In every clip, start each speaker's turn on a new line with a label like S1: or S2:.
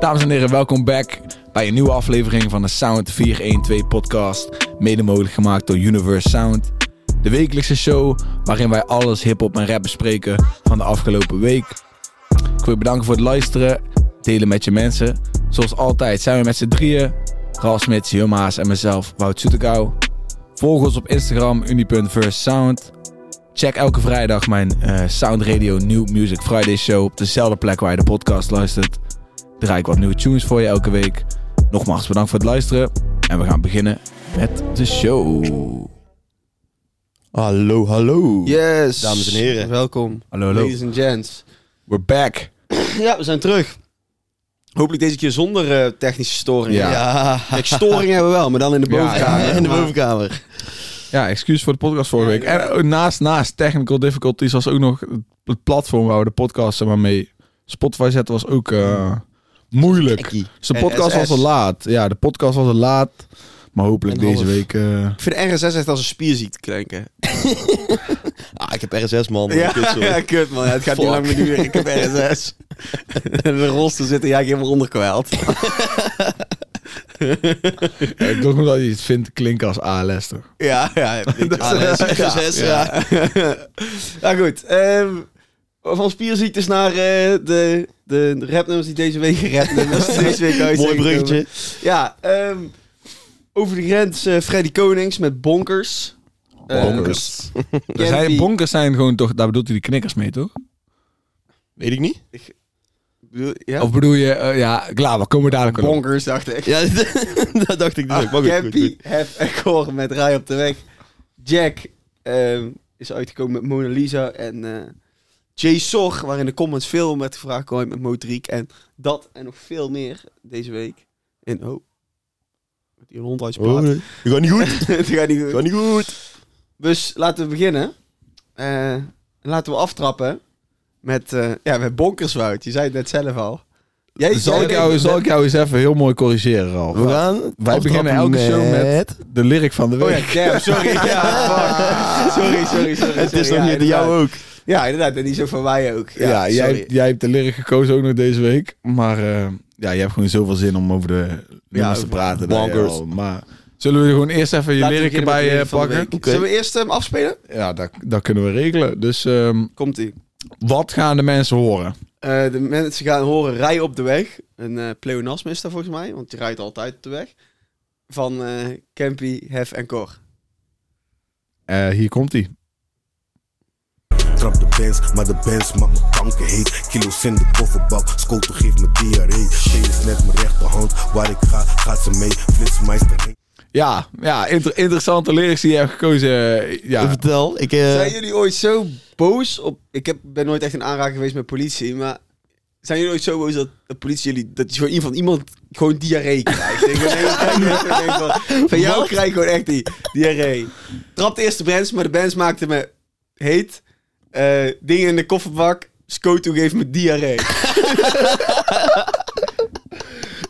S1: Dames en heren, welkom back bij een nieuwe aflevering van de Sound 412 podcast. Mede mogelijk gemaakt door Universe Sound. De wekelijkse show waarin wij alles hip-hop en rap bespreken van de afgelopen week. Ik wil je bedanken voor het luisteren, delen met je mensen. Zoals altijd zijn we met z'n drieën. Ralf Smits, Hummaas en mezelf, Wout Soetekau. Volg ons op Instagram, uni.versound. Check elke vrijdag mijn eh, Sound Radio New Music Friday show op dezelfde plek waar je de podcast luistert. Draai ik wat nieuwe tunes voor je elke week. Nogmaals bedankt voor het luisteren en we gaan beginnen met de show.
S2: Hallo, hallo.
S3: Yes.
S2: Dames en heren.
S3: Welkom.
S1: Hallo, hallo.
S3: Ladies and gents.
S1: We're back.
S3: Ja, we zijn terug. Hopelijk deze keer zonder eh, technische storingen.
S1: Ja.
S3: Kijk, storingen hebben we wel, maar dan in de
S1: Ja,
S3: bovenkamer.
S2: in de bovenkamer.
S1: Ja, excuus voor de podcast vorige week. En ook naast, naast technical difficulties was ook nog het platform waar we de podcast zeg maar, mee Spotify zetten was ook eh, moeilijk.
S2: Ekkie.
S1: Dus de
S3: En
S1: podcast was
S3: SS.
S1: al laat. Ja, de podcast was al laat. Maar hopelijk
S3: En
S1: deze
S3: half.
S1: week... eh,
S3: Ik vind RSS echt als een spierziekte klinken.
S2: Ah, ik heb RSS, man. Kut, sorry.
S3: kut man. Ja, het gaat
S2: Fuck.
S3: meer duren. Ik heb RSS. en de rolstoel zitten, ja, ik helemaal onderkwijld.
S1: Ja, ik denk ook dat je het vindt klinken als ALS. toch?
S3: ja, ja. ik-
S2: ALS, RSS, ja.
S3: ja, goed. Ehm, van spierziektes naar eh, de, de rapnummers die deze week rapnummers die deze week uit zijn
S2: Mooi
S3: gekomen.
S2: bruggetje.
S3: Ja, ehm, over de grens eh, Freddy Konings met Bonkers.
S1: Bonkers.
S3: Eh,
S1: Dus hij,
S3: Campy-
S1: bonkers zijn gewoon toch... Daar bedoelt hij de knikkers mee, toch?
S2: Weet ik niet.
S3: bedoel- ja?
S1: Of bedoel je... eh, ja, klaar, we komen dadelijk wel op.
S3: Bonkers, dacht ik. Ah,
S2: Ja, dat dacht ik dus ook. Maar goed, goed,
S3: Campy,
S2: goed.
S3: Hef en Cor met Rij op de Weg. Jack ehm, is uitgekomen met Mona Lisa. En eh Jay Sor, waar in de comments veel met gevraagd kwam met Motoriek. En dat en nog veel meer deze week. En oh, met die hond uit je
S2: Oh,
S3: plaat.
S2: nee. Het gaat niet goed.
S3: Het gaat niet goed.
S2: Het gaat niet goed.
S3: Dus laten we beginnen. Eh, laten we aftrappen met, eh ja, met Bonkerswoud. Je zei het net zelf al. Jij
S1: Zal
S3: jij
S1: ik, jou,
S3: weet-
S1: zal ik jou eens even heel mooi corrigeren, Ralf?
S2: We gaan...
S1: Wij beginnen elke show met de lyric van de
S3: Oh
S1: week.
S3: ja, damn, sorry. Ja, fuck. Sorry, sorry, sorry.
S2: Het is
S3: sorry.
S2: nog
S3: Ja,
S2: niet de jou
S3: inderdaad.
S2: ook.
S3: Ja, inderdaad. En die zo van wij ook.
S1: Ja,
S3: Ja,
S1: jij,
S3: sorry.
S1: hebt- jij hebt de lyric gekozen ook nog deze week. Maar eh, ja, je hebt gewoon zoveel zin om over de nummers te
S3: over
S1: praten. dat je
S2: bonkers.
S1: al- maar zullen we gewoon eerst even je
S3: Laten we
S1: lyric
S3: beginnen met de
S1: erbij
S3: lyric
S1: eh,
S3: van de
S1: pakken?
S3: week.
S2: Oké.
S3: Zullen we eerst hem afspelen?
S1: Ja, dat, dat kunnen we regelen. Dus ehm,
S3: Komt-ie.
S1: wat gaan de mensen horen?
S3: Eh, de mensen gaan horen rij op de weg. Een eh pleonasme is dat volgens mij, want je rijdt altijd op de weg. Van eh, Campy, Hef en Cor.
S1: Eh, hier komt hij.
S4: Trap de bands, maar de bands maakt me kankerheet. Kilo's in de kofferbak, scoter geeft me diarree. Steen is net mijn rechterhand, waar ik ga, gaat ze mee. Flitsmeister heen.
S1: Ja, ja inter- interessante lyrics die je hebt gekozen. eh, Ja,
S2: Vertel, ik... eh,
S3: Zijn jullie ooit zo boos op... Ik heb, ben nooit echt in aanraking geweest met politie, maar... Zijn jullie ooit zo boos dat de politie jullie... Dat je gewoon van iemand gewoon diarree krijgt? ik ben heel blij met het idee van, van jou krijg ik gewoon echt die diarree. Trapte eerst de bands, maar de bands maakten me heet. Eh, dingen in de kofferbak. Scoto geeft me diarree.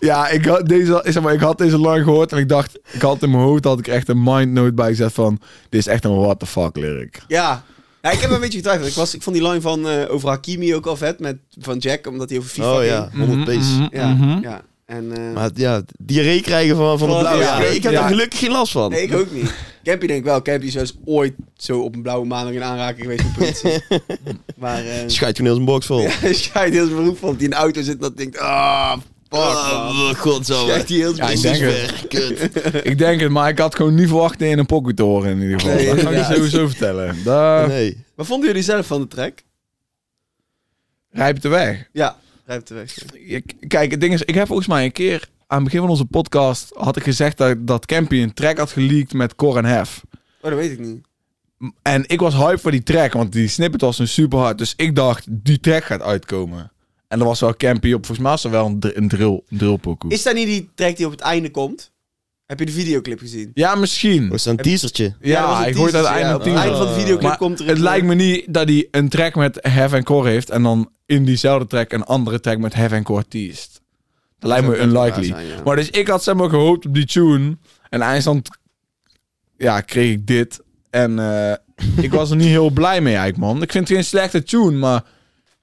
S1: ja ik, had deze, zeg maar, ik had deze lang gehoord en ik dacht, ik had in mijn hoofd had ik echt een mindnote bijgezet van, dit is echt een what the fuck lyric.
S3: Ja. Ja, ik heb een beetje getwijfeld. Ik, was, ik vond die line van eh, over Hakimi ook al vet met, van Jack, omdat hij over FIFA
S2: Oh
S3: ging.
S2: ja, 100 pace.
S3: Ja,
S1: Mhm.
S3: ja. En, eh,
S2: Maar ja, diarree krijgen van, van de
S3: Van-
S2: blauwe.
S3: ja.
S2: Ik heb
S1: Ja.
S2: er gelukkig geen last van.
S3: Nee, ik ook niet. Campy denk ik wel. Campy is wel eens ooit zo op een blauwe maandag in aanraking geweest met politie. maar eh
S2: Schijt toen heel zijn box vol.
S3: schijt heel zijn beroep van die in de auto zit en dat denkt, ah, fuck man.
S2: Oh, godzomme.
S3: Schijt die heel
S1: Ja,
S3: zijn
S1: ik denk
S3: beroep.
S1: het.
S2: Ver, Kut.
S1: Ik denk het, maar ik had gewoon niet verwacht in een pocket te horen in ieder geval.
S3: Nee,
S1: dat kan ik je
S3: inderdaad.
S1: sowieso vertellen. Daar
S2: Nee.
S3: Wat vonden jullie zelf van de track?
S1: rijpt de weg.
S3: Ja, rijpt de weg.
S1: Ik- kijk, het ding is, ik heb volgens mij een keer aan het begin van onze podcast had ik gezegd dat, dat Campy een track had geleakt met Cor en Hef.
S3: Oh, dat weet ik niet.
S1: En ik was hype voor die track, want die snippet was een super hard. Dus ik dacht, die track gaat uitkomen. En er was wel Campy op. Volgens mij was er wel een, dr- een drill, een drillpokoe.
S3: Is dat niet die track die op het einde komt? Heb je de videoclip gezien?
S1: Ja, misschien.
S2: Was dat een teasertje?
S1: Ja,
S3: dat was een
S1: ik hoorde
S3: teaser,
S1: dat
S3: ja.
S1: einde
S3: Op het einde van de videoclip
S1: Maar
S3: komt er eh,
S1: het lijkt me niet dat hij een track met Hef en Cor heeft en dan in diezelfde track een andere track met Hef en Cor teest. Dat lijkt me
S3: zou best
S1: unlikely.
S3: waar zijn, ja.
S1: Maar dus ik had zeg maar gehoopt op die tune en eindstand ja, kreeg ik dit. En eh, ik was er niet heel blij mee eigenlijk, man. Ik vind het geen slechte tune, maar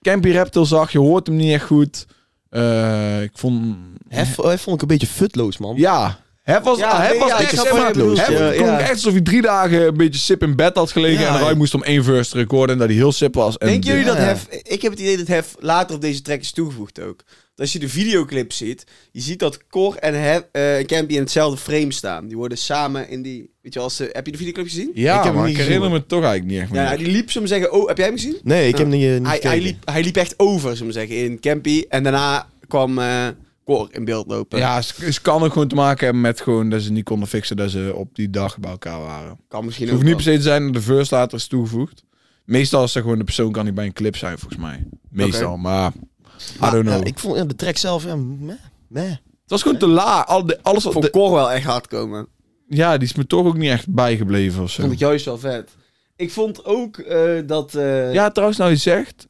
S1: Campy rapt heel zacht, je hoort hem niet echt goed. Eh, ik vond...
S2: Hef, hef vond ik een beetje futloos, man.
S1: Ja. Het was,
S3: Ja,
S1: het
S3: nee,
S1: was
S3: ja, ik
S1: echt
S3: snap
S1: zeg
S3: wat je
S1: maar,
S3: bedoelt.
S1: het
S2: Ja,
S1: klonk
S3: ja.
S1: echt alsof hij drie dagen een beetje sip in bed had gelegen
S2: Ja,
S1: en eruit
S2: ja.
S1: moest om één verse te recorden en dat hij heel sip was. En
S3: Denken jullie
S1: dit-
S3: dat
S2: Ja.
S3: Hef... Ik heb het idee dat Hef later op deze track is toegevoegd ook. Want Als je de videoclip ziet, je ziet dat Cor en Hef, eh, Campy in hetzelfde frame staan. Die worden samen in die... Weet je, als ze, heb je de videoclip gezien?
S1: Ja,
S2: Ik heb hem
S1: maar
S2: niet
S1: ik
S2: gezien,
S1: herinner me toch eigenlijk niet echt meer.
S3: Ja, die liep, zullen we zeggen... Oh, heb jij hem gezien?
S2: Nee, ik heb niet, eh, niet
S3: Hij, hij,
S2: gekeken.
S3: liep, hij liep echt over, zullen we zeggen, in Campy. En daarna kwam eh Cor in beeld lopen.
S1: Ja, ze, ze kan ook gewoon te maken hebben met gewoon dat ze niet konden fixen dat ze op die dag bij elkaar waren.
S3: Kan misschien
S1: Het
S3: ook
S1: hoeft niet
S3: wel.
S1: per se te zijn dat de verse later is toegevoegd. Meestal is dat gewoon de persoon kan die bij een clip zijn, volgens mij. Meestal, maar I
S2: Maar,
S1: don't know.
S2: ja, ik vond ja, de track zelf, ja, meh, meh.
S1: Het was gewoon te laag. Al de- alles wat
S3: Vond
S1: de-
S3: Cor wel echt hard komen.
S1: ja, die is me toch ook niet echt bijgebleven of zo.
S3: Vond ik juist wel vet. Ik vond ook eh, dat... eh,
S1: Ja, trouwens, nou je zegt...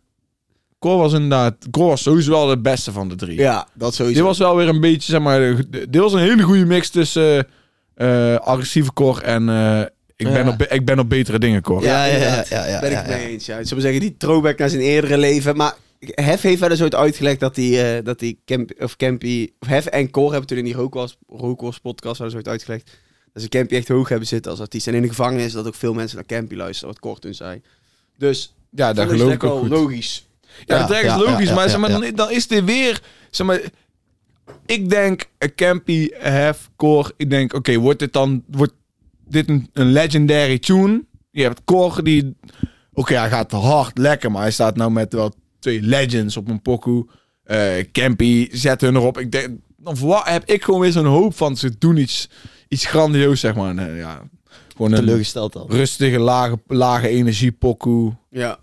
S1: Cor was inderdaad... Cor was sowieso wel de beste van de drie.
S3: ja, dat
S1: Dit
S3: sowieso.
S1: was wel weer een beetje, zeg maar... de- de- Dit was een hele goede mix tussen eh, eh, agressieve Cor en... eh, ik, ben
S2: Ja.
S1: op, be- ik ben op betere dingen, Cor.
S2: Ja, ja, ja,
S3: inderdaad.
S2: ja, ja,
S3: ben
S2: ja,
S3: ik
S2: ja.
S3: mee eens. Ja. Ik zou maar zeggen, die throwback naar zijn eerdere leven. Maar Hef heeft wel eens ooit uitgelegd dat die, eh, dat die Camp, of Campy... Of Hef en Cor hebben toen in die Rookwars, Rookwars podcast wel eens ooit uitgelegd... dat ze Campy echt hoog hebben zitten als artiest. En in de gevangenis dat ook veel mensen naar Campy luisteren, wat Cor toen zei. Dus
S1: Ja, daar
S3: dat is
S1: geloof
S3: echt
S1: ik ook
S3: wel
S1: goed.
S3: logisch.
S1: Ja,
S2: Ja,
S1: dat is
S2: ja,
S1: logisch,
S2: ja,
S1: maar,
S2: ja,
S1: zeg maar
S2: ja.
S1: Dan, dan is dit weer... Zeg maar, ik denk, eh, Campy, Hef, Cor, ik denk, oké, wordt dit dan wordt dit een, een legendary tune? Je hebt Cor, die... Oké, hij gaat hard, lekker, maar hij staat nou met wel twee legends op een pokoe. Eh, Campy zet hun erop. Ik denk, dan verwa- heb ik gewoon weer zo'n hoop van ze doen iets, iets grandioos, zeg maar. En, eh, ja, gewoon een
S2: Teleurgesteld dan.
S1: rustige, lage, lage energie pokoe.
S3: Ja.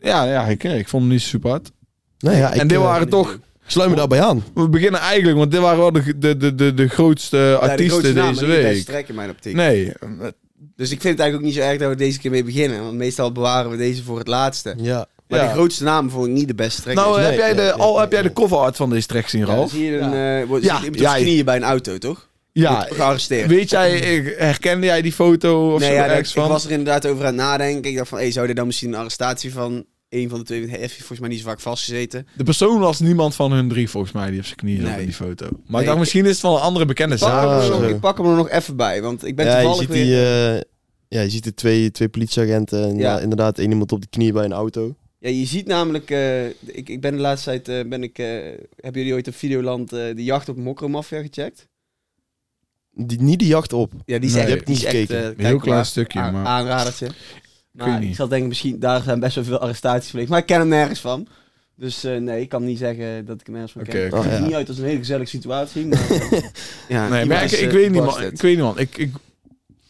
S1: Ja, ja ik, ik vond hem niet super hard.
S2: Nee, ja, ik,
S1: en dit
S2: eh,
S1: waren toch.
S2: Ik sluit me daarbij aan.
S1: We beginnen eigenlijk, want dit waren wel de, de, de, de, de grootste
S3: Ja, de grootste
S1: artiesten
S3: namen
S1: deze
S3: die het best
S1: week.
S3: trekken, in mijn optiek.
S1: Nee, Nou,
S3: Dus ik vind het eigenlijk ook niet zo erg dat we deze keer mee beginnen. Want meestal bewaren we deze voor het laatste.
S2: Ja.
S3: Maar
S1: Ja.
S3: de grootste namen vond ik niet de beste trekken.
S1: nou
S2: nee,
S1: heb jij de,
S2: nee,
S1: al
S2: nee,
S1: heb jij de
S2: nee.
S1: cover art van deze track zien,
S3: Ja, dan
S1: Ralf?
S3: zie je een, eh wordt
S1: Ja,
S3: ja,
S1: ja,
S3: op
S1: ja.
S3: zijn knieën bij een auto, toch?
S1: Ja,
S3: Wordt gearresteerd.
S1: weet jij, eh, herkende jij die foto of
S3: nee,
S1: zo
S3: ja, ik,
S1: ergens
S3: ik
S1: van?
S3: was er inderdaad over aan het nadenken. Ik dacht van, hey, zou dit dan misschien een arrestatie van een van de twee... Hij heeft volgens mij niet zo vaak vastgezeten.
S1: De persoon was niemand van hun drie volgens mij die op zijn knieën zat
S3: Nee.
S1: in die foto. Maar
S3: Nee,
S1: ik dacht,
S3: ik-
S1: misschien is het van een andere bekende
S3: Ik pak,
S1: zaak.
S2: Ah,
S3: hem er nog,
S2: zo.
S3: ik pak hem er nog even bij, want ik ben
S2: ja, je
S3: toevallig
S2: ziet
S3: weer...
S2: die, eh, ja, je ziet de twee, twee politieagenten en
S3: Ja.
S2: ja, inderdaad één iemand op de knie bij een auto.
S3: Ja, je ziet namelijk... eh, ik, ik ben de laatste tijd... eh, ben ik, eh, hebben jullie ooit op Videoland eh, de jacht op Mokromafia gecheckt?
S2: Die, niet de jacht op.
S3: Ja, die is
S1: Nee,
S3: echt,
S1: heb ik
S3: die
S2: niet
S3: is echt,
S2: gekeken.
S3: eh,
S1: Een heel
S3: kijkbaar.
S1: klein stukje,
S3: Aan-
S1: maar...
S3: aanradertje.
S1: weet
S3: Maar
S1: niet.
S3: ik zal denken, misschien daar zijn best wel veel arrestaties verleegd. Maar ik ken hem nergens van. Dus eh, nee, ik kan niet zeggen dat ik hem ergens van
S1: Oké,
S3: ken.
S1: oké.
S3: Het ziet
S2: Oh, ja.
S3: niet uit als een hele gezellige situatie. Maar, eh, ja,
S1: Nee, maar
S3: iemand
S1: ik,
S3: is,
S1: ik
S3: eh,
S1: weet niet, man.
S3: busted.
S1: Ik weet niet, man. Ik, ik,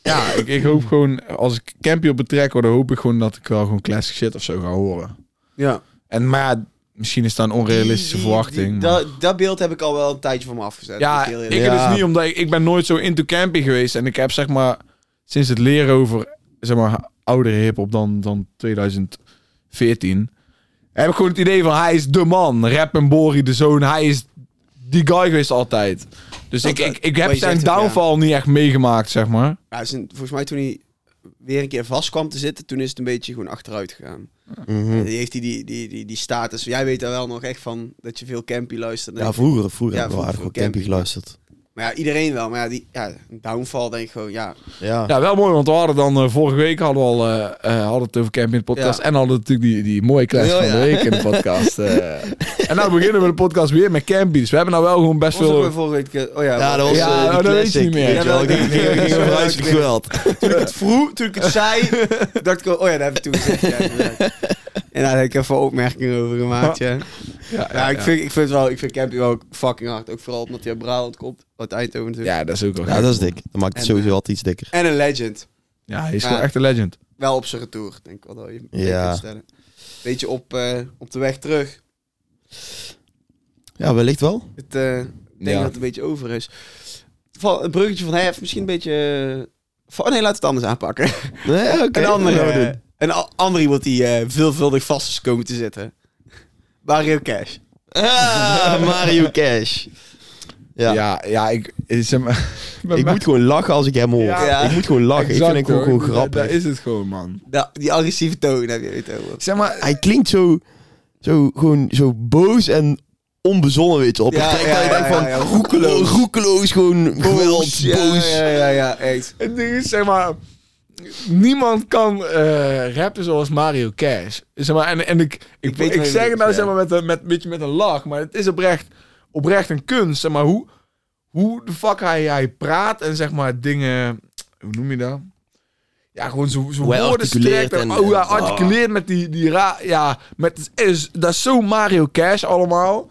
S1: ja, ik, ik hoop gewoon, als ik Campy op betrek word, dan hoop ik gewoon dat ik wel gewoon classic shit of zo ga horen.
S3: Ja.
S1: En maar ja, misschien is dat een onrealistische
S3: Die- die-
S1: verwachting.
S3: die-
S1: maar-
S3: dat, dat beeld heb ik al wel een tijdje voor me afgezet.
S1: ja,
S3: Dat is heel
S1: ik
S3: eerlijk.
S2: Ja.
S1: dus niet, omdat ik, ik ben nooit zo into camping geweest. En ik heb zeg maar sinds het leren over zeg maar oudere hip-hop dan, dan 2014. Heb ik gewoon het idee van hij is de man. Rap en Bori, de zoon. Hij is die guy geweest altijd. Dus ik,
S3: Dat-
S1: ik, ik
S3: wat
S1: heb
S3: je
S1: zijn
S3: zegt ook, ja.
S1: downfall niet echt meegemaakt, zeg maar.
S3: Ja, zijn- volgens mij toen hij weer een keer vast kwam te zitten, toen is het een beetje gewoon achteruit gegaan.
S1: Hm.
S2: Mhm.
S3: Die heeft die, die, die, die, die status. Jij weet daar wel nog echt van dat je veel campy luistert.
S2: Ja, vroeger, vroeger
S3: Ja,
S2: hebben
S3: vroeger
S2: we aardig op
S3: camping.
S2: camping geluisterd.
S3: Maar ja, iedereen wel. Maar ja, die, ja, een downfall denk ik gewoon, ja.
S2: Ja.
S1: Ja, wel mooi, want we hadden dan eh, vorige week hadden we al eh, eh, hadden het over camping in de podcast.
S3: Ja.
S1: En hadden natuurlijk die, die mooie clash
S2: Ja,
S1: van de
S2: ja.
S1: week in de podcast. eh. en nou beginnen we de podcast weer met camping. Dus we hebben nou wel gewoon best
S3: Was ook
S1: veel...
S3: weer vorige week, eh, Oh ja,
S2: Ja,
S3: want-
S2: dat was
S1: Ja,
S2: eh, die
S1: nou, dat weet je
S2: classic.
S1: niet meer.
S2: Weet je wel,
S3: Ja,
S2: ik ging-
S3: dat-
S2: ging over
S3: dat-
S2: huiselijk geweld.
S3: toen ik het vroeg, toen ik het zei, dacht ik wel, oh ja, dat heb ik toen gezegd. ja, inderdaad. en daar heb ik even opmerkingen over gemaakt, ja.
S1: Ja,
S3: Ja, ik vind, ik vind, het wel, ik vind Campy wel ook fucking hard. Ook vooral omdat hij uit Brabant komt, uit Eindhoven natuurlijk.
S1: Ja, dat is ook wel
S2: Ja,
S1: gek.
S2: dat is dik. Dat maakt het
S3: En,
S2: sowieso altijd iets dikker.
S3: En een legend.
S1: Ja, hij is
S3: Ja.
S1: gewoon echt een legend.
S3: Wel op zijn retour, denk ik wel dat je mee
S2: Ja.
S3: kunt stellen. Beetje op, eh, op de weg terug.
S2: Ja, wellicht wel.
S3: Het, eh, ik denk
S1: Ja.
S3: dat het een beetje over is. Van, het bruggetje van Hef, misschien een beetje... eh, van, oh nee, laat het anders aanpakken.
S2: Nee, oké.
S3: een eh,
S2: dat gaan we
S3: andere,
S2: doen.
S3: een a- andere iemand die eh, veelvuldig vast is komen te zitten. Mario Cash.
S2: Ah, Mario Cash. Ja.
S1: Ja, ja, ik... is hem- bij
S2: Ik
S1: mij-
S2: moet gewoon lachen als ik hem hoor.
S3: Ja.
S2: Ik moet gewoon lachen.
S1: Exact,
S2: ik vind hem
S1: hoor.
S2: ook gewoon
S1: Dat-
S2: grappig.
S1: Dat is het gewoon, man.
S3: Nou, die agressieve toon heb je het over.
S1: Zeg maar...
S2: Hij klinkt zo, zo, gewoon zo boos en onbezonnen, weet je wel. Op
S3: Ja,
S2: een trek
S3: ja,
S2: dat je
S3: ja,
S2: denkt
S3: ja,
S2: van,
S3: ja, roekeloos.
S2: roekeloos. roekeloos, gewoon geweld,
S3: Ja,
S2: boos.
S3: Ja, ja, ja, echt.
S1: Het ding is, zeg maar... Niemand kan eh, rappen zoals Mario Cash. Zeg maar, en, en ik, ik, ik,
S3: weet wat je
S1: zeg het
S3: bedoelt,
S1: nou
S3: ja.
S1: zeg maar, met, een- met, met, met een lach, maar het is oprecht, oprecht een kunst. Zeg maar, hoe, hoe de fuck hij, hij praat en zeg maar dingen... Hoe noem je dat? Ja, gewoon zo, zo
S2: Hoe hij
S1: woorden strekt en,
S2: articuleert en-
S1: hoe hij
S2: en- ah.
S1: articuleert met die, die ra... Ja, met, is, dat is zo Mario Cash allemaal.